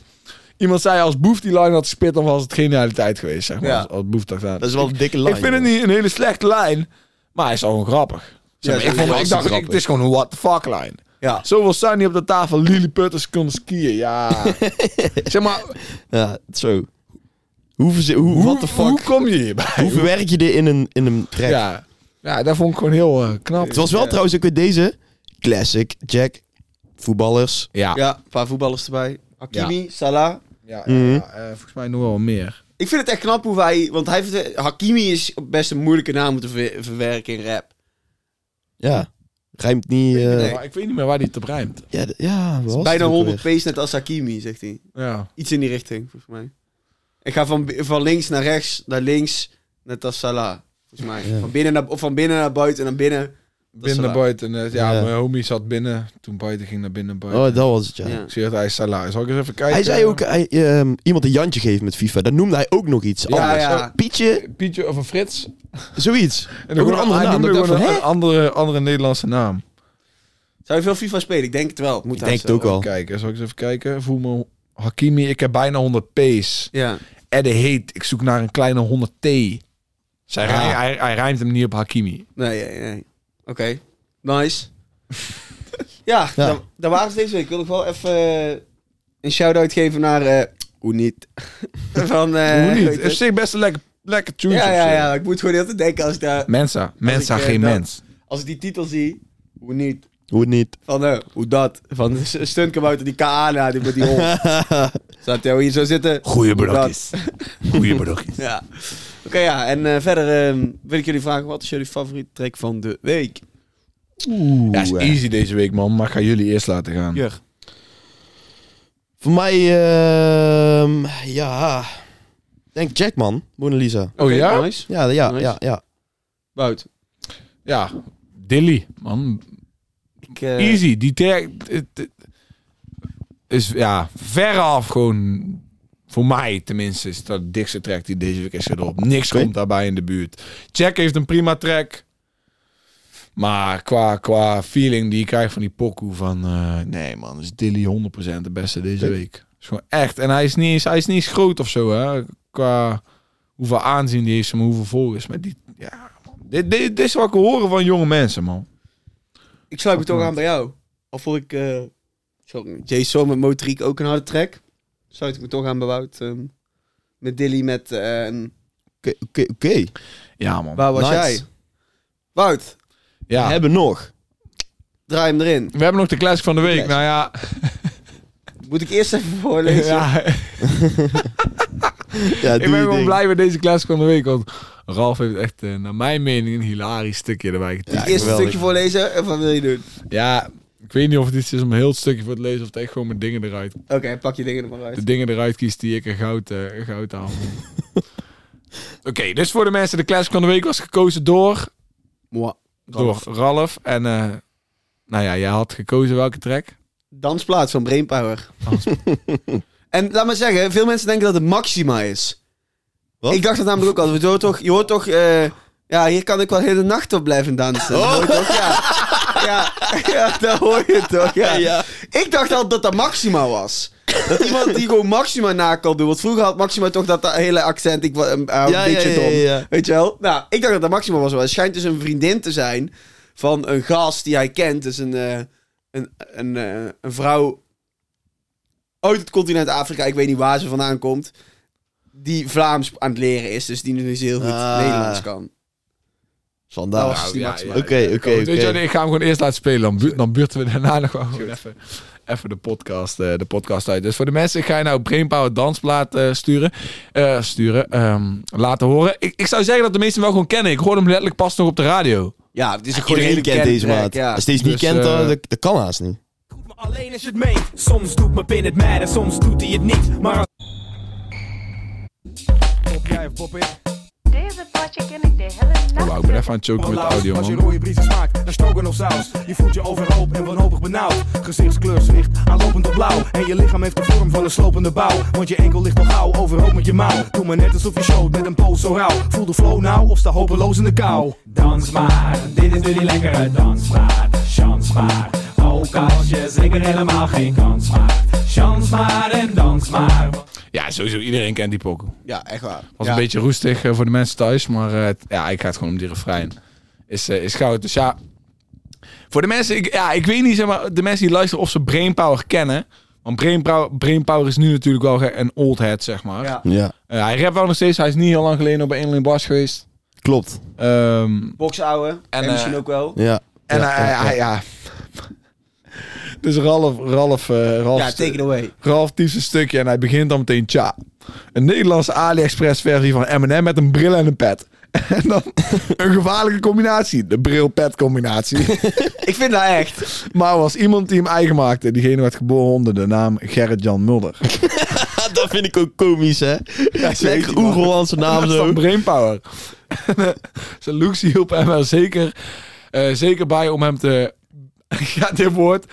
S1: iemand zei als Boef die line had gespit, dan was het genialiteit geweest, zeg maar.
S3: Ja.
S1: Als, als Boef dat gedaan.
S2: Dat is wel een dikke lijn.
S1: ik vind het niet een hele slechte lijn, maar hij is al grappig. Zeg maar,
S3: Ja,
S1: ik, vond, ik
S2: hartstikke
S1: dacht, ik,
S2: grappig.
S1: het is gewoon een what the fuck lijn.
S3: Ja.
S1: Zoveel Sunny op de tafel, Lilliputters konden skiën, ja. zeg maar,
S2: Ja, zo. Hoe, verzi- hoe,
S1: hoe,
S2: what the fuck?
S1: hoe kom je hierbij?
S2: Hoe verwerk je dit in een, in een track?
S1: Ja. ja, dat vond ik gewoon heel eh, knap.
S2: Het was wel
S3: Ja.
S2: trouwens ook weer deze. Classic, Jack, voetballers.
S1: Ja.
S3: Ja, een paar voetballers erbij. Hakimi, Salah.
S1: Ja,
S2: Mhm.
S1: ja, eh, volgens mij nog wel meer.
S3: Ik vind het echt knap hoe wij... Want hij heeft, Hakimi is best een moeilijke naam moeten ver- verwerken in rap.
S2: Ja. Rijmt niet... eh,
S3: Nee.
S1: Maar ik weet niet meer waar die het op rijmt.
S2: Ja, d- ja wat was
S3: Bijna
S2: het ook
S3: 100
S2: alweer?
S3: pace net als Hakimi, zegt hij.
S1: Ja.
S3: Iets in die richting, volgens mij. Ik ga van, van links naar rechts, naar links, net als Salah. Volgens mij.
S2: Ja.
S3: Van, binnen naar, of van binnen naar buiten en dan binnen.
S1: Binnen naar
S3: Salah.
S1: buiten. eh, ja,
S2: Ja.
S1: mijn homie zat binnen. Toen buiten ging naar binnen buiten.
S2: Oh, dat was het, ja.
S3: Ja.
S1: Ik zie dat hij is Salah. Zal ik eens even kijken?
S2: Hij zei ook hij, ehm, iemand een jantje geven met FIFA. Dat noemde hij ook nog iets
S1: Ja,
S2: anders. Eh,
S3: ja.
S2: Pietje,
S1: Pietje of een Frits. En
S2: zoiets.
S1: dan
S2: ook een
S1: gewoon-
S2: andere
S1: hij
S2: naam.
S1: noemde
S2: Dat ik dacht
S1: gewoon
S2: van,
S1: een
S2: hè?
S1: andere, andere Nederlandse naam.
S3: Zou je veel FIFA spelen? Ik denk het wel. Moet
S2: Ik
S3: haast
S2: denk het ook
S3: wel.
S2: wel.
S1: Kijken, zal ik eens even kijken. Voel me Hakimi, ik heb bijna 100 P's.
S3: Ja.
S1: Eddie heet, ik zoek naar een kleine 100 T. Zij
S3: Ah.
S2: Ja.
S1: rij- hij, hij rijmt hem niet op Hakimi.
S3: Nee, nee, nee. Oké. Nice. ja,
S2: Ja.
S3: Dan, dan waren ze deze week. Ik wil nog wel even eh, een shout-out geven naar... eh hoe niet? van... eh,
S1: Hoe
S3: hoe
S1: niet? Het is
S3: heet het?
S1: op zich best een lekker, lekker tune.
S3: Ja, ja, ja. Ik moet gewoon heel te denken als ik, daar,
S1: Mensa, Mensa,
S3: ik, eh,
S1: geen
S3: dat-
S1: mens.
S3: als ik die titel zie. Hoe niet?
S2: Hoe het niet.
S3: Van, eh, hoe dat? Van de s- stuntkabouter die KA die met die hond. Zat hij hier zo zitten?
S1: Goeie
S3: Hoe dat?
S1: brokjes. Goeie brokjes.
S3: Ja. Oké, ja. En eh, verder ehm, wil ik jullie vragen, wat is jullie favoriete track van de week?
S2: Oeh.
S1: Ja, is
S2: eh.
S1: easy deze week, man. Maar ik ga jullie eerst laten gaan.
S3: Jur.
S2: Voor mij, ehm, ja. Ik Denk Jackman, Mona Lisa.
S1: Oh ja?
S3: Nice.
S2: Ja, ja,
S3: Nice.
S2: ja, ja.
S3: Wout.
S1: Ja. Dilly, man.
S3: Ik, eh,
S1: Easy. Die track... het- het- Is ja, verre af gewoon Voor mij tenminste is dat de dikste track die deze week is gedropt. Niks
S2: Oké.
S1: komt daarbij in de buurt. Jack heeft een prima track. Maar qua, qua feeling die ik krijg van die pokoe van... eh, nee man, is Dilly 100% de beste deze
S2: Oké.
S1: week. Is gewoon echt. En hij is niet eens, hij is niet eens groot of zo hè. Qua hoeveel aanzien die heeft, maar hoeveel volgers. Maar die, ja, man. Dit, dit, dit is wat ik hoor van jonge mensen man.
S3: Ik sluit me toch aan bij jou. Al vond ik eh, sorry, Jay Soul met Motoriek ook een harde track. Sluit ik me toch aan bij Wout. ehm, met Dilly met... eh, en
S2: Oké, oké, oké.
S1: Ja man.
S3: waar was
S2: Nice.
S3: jij? Wout,
S2: We
S1: Ja.
S2: hebben nog.
S3: draai hem erin.
S1: We hebben nog de classic van de week.
S3: Classic.
S1: Nou ja,
S3: Moet ik eerst even voorlezen?
S1: ja
S2: Ja,
S1: ik ben gewoon blij met deze classic van de week. Want Ralf heeft echt, eh, naar mijn mening, een hilarisch stukje erbij
S3: Moet
S1: getypt.
S2: Ja,
S3: ik eerst een
S2: geweldig.
S3: stukje voorlezen? Of wat wil je doen?
S1: Ja. ik weet niet of het iets is om een heel stukje voor te lezen. Of het echt gewoon mijn dingen eruit,
S3: Oké, pak je dingen er maar uit.
S1: de dingen eruit kiest die ik een goud, eh, een goud haal. Oké, dus voor de mensen, de classic van de week was gekozen door,
S3: Moi.
S1: door Ralf. En eh, nou ja, jij had gekozen welke track?
S3: Dansplaats van Brainpower.
S2: Oh.
S3: en laat maar zeggen, veel mensen denken dat het Maxima is.
S2: Wat?
S3: Ik dacht dat namelijk ook altijd. Je hoort toch, je hoort toch eh, ja, hier kan ik wel de hele nacht op blijven dansen.
S2: Oh.
S3: Dat hoor je toch, ja. Ja, ja, dat hoor je toch, ja.
S2: ja.
S3: Ik dacht altijd dat dat Maxima was. Dat iemand die gewoon Maxima na kan doen. Want vroeger had Maxima toch dat, dat hele accent. Ik was een, eh, een
S2: Ja, ja,
S3: beetje
S2: ja, ja,
S3: dom.
S2: ja.
S3: Weet je wel? Nou, ik dacht dat dat Maxima was. Maar het schijnt dus een vriendin te zijn van een gast die hij kent. Dus een, eh, een, een, eh, een vrouw uit het continent Afrika. Ik weet niet waar ze vandaan komt. Die Vlaams aan het leren is. Dus die nu niet zo heel goed
S2: Ah.
S3: Nederlands kan.
S2: Vandaar.
S3: Dat was- die Maxima.
S2: Oké, oké,
S1: Weet je,
S2: oké.
S1: wat, ik ga hem gewoon eerst laten spelen. Dan, bu- dan buurten we daarna nog wel gewoon even, even de, podcast, eh, de podcast uit. Dus voor de mensen, ik ga je nou Brainpower Dansplaat eh, sturen. eh, sturen ehm, laten horen. Ik, ik zou zeggen dat de meesten hem wel gewoon kennen. Ik hoorde hem letterlijk pas nog op de radio.
S3: Ja, het is ook gewoon een
S2: Iedereen
S3: hele
S2: kent deze
S3: kenmerk,
S2: maat.
S3: ja.
S2: Als je deze niet
S1: Dus,
S2: kent, dan
S1: eh,
S2: dat, dat kan haast niet.
S5: Doet me alleen als je het meent. Soms doet me pin het mij en soms doet hij het niet. Maar als... Pop jij of pop ik?
S6: Deze potje ken ik de hele nacht.
S1: Oh, wauw, ik ben even aan het choken met de audio,
S5: Als je
S1: man.
S5: rode briesen smaakt, dan stroken of saus. Je voelt je overhoop en wanhopig benauwd. Gezichtskleur zwicht, aanlopend op blauw. En je lichaam heeft de vorm van een slopende bouw. Want je enkel ligt al gauw overhoop met je mouw. Doe maar net alsof je showt met een poos zo rauw. Voel de flow nou of sta hopeloos in de kou. Dans maar, dit is nu die lekkere dans maar. Chance maar, ook als je zeker helemaal geen kans maakt. Chance maar en dans maar.
S1: Ja, sowieso iedereen kent die pokoe.
S3: Ja, echt waar.
S1: Was
S3: Ja.
S1: een beetje roestig eh, voor de mensen thuis. Maar eh, t- ja, ik ga het gewoon om die refrein. Is, eh, is goud. Dus ja, voor de mensen... Ik, ja, ik weet niet, zeg maar, de mensen die luisteren of ze Brainpower kennen. Want Brainpower, Brainpower is nu natuurlijk wel ge- een old head, zeg maar.
S3: Ja.
S2: Ja,
S1: Eh, hij rapt wel nog steeds. Hij is niet heel lang geleden op een Inline Bars geweest.
S2: klopt.
S1: Ehm,
S3: Boksouwe. En,
S1: eh,
S3: misschien ook wel.
S2: Ja.
S1: en
S2: ja,
S1: hij,
S2: ja,
S1: hij- ja. Dus Ralf, Ralf, eh, Ralf,
S3: Ja, take it away.
S1: Ralf typt zijn stukje en hij begint dan meteen tja. Een Nederlandse AliExpress versie van M&M met een bril en een pet. En dan een gevaarlijke combinatie. De bril-pet combinatie.
S3: Ik vind dat echt.
S1: Maar er was iemand die hem eigen maakte. Diegene werd geboren onder de naam Gerrit-Jan Mulder.
S2: Ah, dat vind ik ook komisch, hè? Lekker Oerhollandse naam
S1: Dat is
S2: zo.
S1: dan brainpower. En, eh, Zijn Luxie hielp hem er zeker, eh, zeker bij om hem te... Ja, dit woord.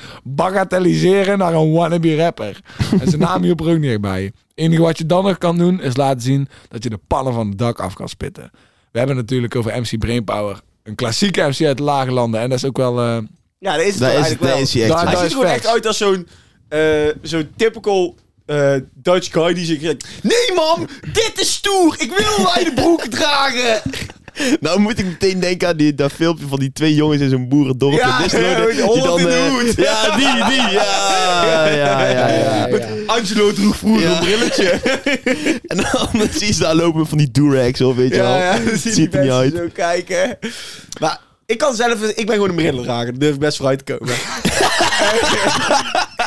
S1: Bagatelliseren naar een wannabe rapper. En zijn naam hielp er ook niet echt bij. Het enige wat je dan nog kan doen is laten zien dat je de pannen van het dak af kan spitten. We hebben het natuurlijk over MC Brainpower. Een klassieke MC uit de lage landen. En dat is ook wel... eh,
S3: Ja, dat is het
S2: Daar
S3: toch
S2: is,
S3: eigenlijk wel.
S2: daar
S3: Nou,
S2: is hij echt. Nou,
S1: Daar-
S2: zo.
S3: Hij
S1: daar
S3: ziet er gewoon
S1: facts.
S3: echt uit als zo'n eh, zo'n typical eh, Dutch guy die zegt... Nee, mam! Dit is stoer! Ik wil wijde broeken dragen!
S2: Nou moet ik meteen denken aan die, dat filmpje van die twee jongens in zo'n boerendorp.
S3: Ja,
S2: in Nistelrode,
S3: ja, met die hond in de
S2: eh,
S3: hoed.
S2: Ja, die, die. Ja, ja, ja. ja, ja.
S3: Angelo droeg vroeger
S2: Ja.
S3: een brilletje.
S2: En dan zie je ze daar lopen van die durags of weet je wel.
S3: dan zie je
S2: Ziet
S3: die
S2: er niet uit.
S3: mensen zo kijken. Maar ik kan zelf... Ik ben gewoon een bril dragen. Daar durf ik best vooruit te komen.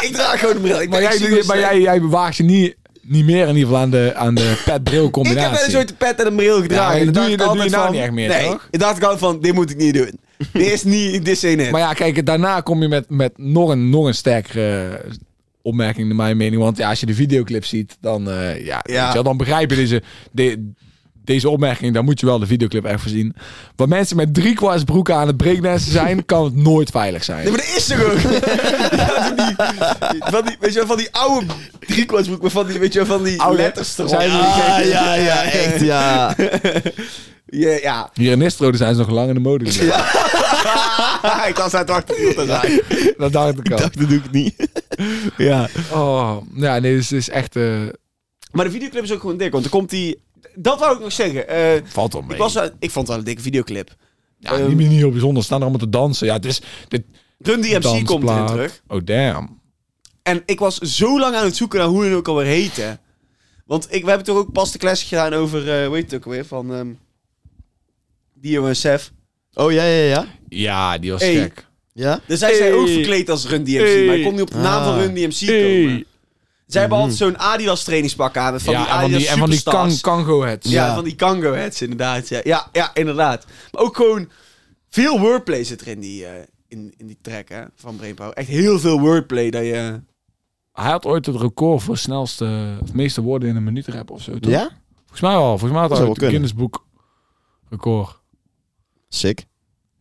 S3: ik draag gewoon een bril. Ik dus, eh,
S1: maar
S3: ben
S1: jij,
S3: super
S1: maar jij,
S3: slecht.
S1: jij bewaagt je niet, niet meer in ieder geval aan de, aan de pet-bril
S3: Ik
S1: combinatie.
S3: heb wel eens ooit een pet en een bril gedragen.
S1: Ja,
S3: en
S1: dat
S3: dan
S1: doe je-
S3: dacht ik
S1: dat doe je
S3: altijd
S1: nou
S3: van,
S1: niet echt meer,
S3: Nee,
S1: toch?
S3: ik dacht ik altijd van... Dit moet ik niet doen. Dit is niet... Dit is geen hit.
S1: Maar ja, kijk, daarna kom je met, met nog, een, nog een sterkere opmerking, naar mijn mening. Want ja, als je de videoclip ziet, dan, eh, ja, weet je wel, dan begrijp je deze, de- Deze opmerking, daar moet je wel de videoclip echt voor zien. Waar mensen met driekwarts broeken aan het breakdansen zijn, kan het nooit veilig zijn.
S3: Nee, maar dat is er ook. Ja, van die, van die, weet je wel, van die oude driekwartsbroek, maar van die, weet je wel, van die
S1: Oude
S3: letters erop.
S1: zijn
S2: Ja, ja, ja, echt, ja.
S3: Ja, ja.
S1: Hier in Nistrode zijn ze nog lang in de mode. geweest.
S3: Ah, ik was aan het wachten tot dat zijn.
S1: Dat dacht ik al.
S2: Dat doe ik niet. Ja.
S1: Oh, ja, nee, dit is echt... eh,
S3: Maar de videoclip is ook gewoon dik, want er komt die... Dat wou ik nog zeggen. eh,
S1: valt om
S3: ik, was, eh, wel- ik vond het wel een dikke videoclip.
S1: Ja, die manier niet heel bijzonder. Staan er allemaal te dansen. Ja, het is... Dit,
S3: Run DMC komt erin
S1: dansplaat.
S3: terug.
S1: Oh, damn.
S3: En ik was zo lang aan het zoeken naar hoe hun ook alweer heten. Want ik, we hebben toch ook pas de classic gedaan over, eh hoe heet het ook alweer, van ehm DOSF.
S2: Oh, ja, ja, ja.
S1: Ja, die was
S3: Hey.
S1: gek.
S2: Ja?
S3: Daar zijn zij
S1: Hey.
S3: ook oh, verkleed als Run DMC,
S1: Hey. Mhm.
S3: maar ik kon niet op de naam
S2: Ah.
S3: van Run DMC komen. Zij hebben altijd zo'n Adidas trainingspak aan, van
S1: ja,
S3: die
S1: en van
S3: Adidas
S1: die, en van die
S3: Superstars.
S1: kan, Kango heads.
S3: Ja,
S2: Ja.
S3: van die Kango Heads, inderdaad. Ja. Ja, ja, inderdaad. Maar ook gewoon veel wordplay zit er in die, eh, in, in die track hè, van Brainpower. Echt heel veel wordplay dat je...
S1: Hij had ooit het record voor snelste, of meeste woorden in een minuut rap of zo. toch?
S2: Ja?
S1: Volgens mij wel. Volgens mij had hij
S2: Zou
S1: ooit
S2: wel
S1: het
S2: kunnen.
S1: Guinness Book record.
S2: Sick.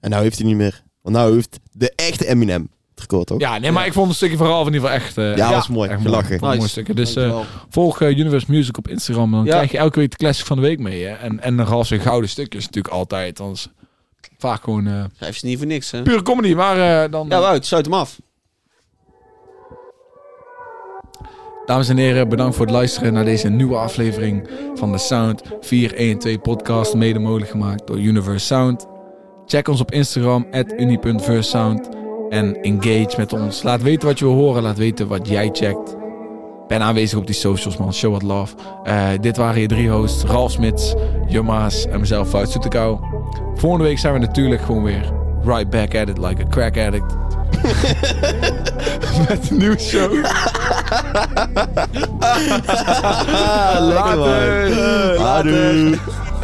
S2: En nou heeft hij niet meer. Want nou heeft de echte Eminem het record, toch?
S1: Ja, nee, maar ik vond het stukje vooral in ieder geval echt... eh,
S2: Ja, dat is mooi.
S1: Echt
S2: Gelachen.
S1: Mooi, mooi
S3: Nice.
S1: stukje. Dus eh,
S3: Dankjewel.
S1: volg eh, Universe Music op Instagram. Dan
S3: Ja.
S1: krijg je elke week de classic van de week mee. Hè? En, en nogal zijn gouden stukjes natuurlijk altijd. Anders vaak gewoon eh
S3: Schrijf ze niet voor niks, hè?
S1: pure comedy. Maar eh, dan...
S3: Ja, Wout, sluit hem af.
S1: Dames en heren, bedankt voor het luisteren naar deze nieuwe aflevering van de Sound 412 podcast, mede mogelijk gemaakt door Universe Sound. Check ons op Instagram, uni.versound en engage met ons. Laat weten wat je wil horen, laat weten wat jij checkt. Ben aanwezig op die socials, man. Show what love. Eh, dit waren je drie hosts, Ralf Smits, Jumma's en mezelf, Fout Soetekau. Volgende week zijn we natuurlijk gewoon weer right back at it like a crack addict. met een nieuwe show.
S2: Ah, lekker man.
S1: Later.
S2: Adoe.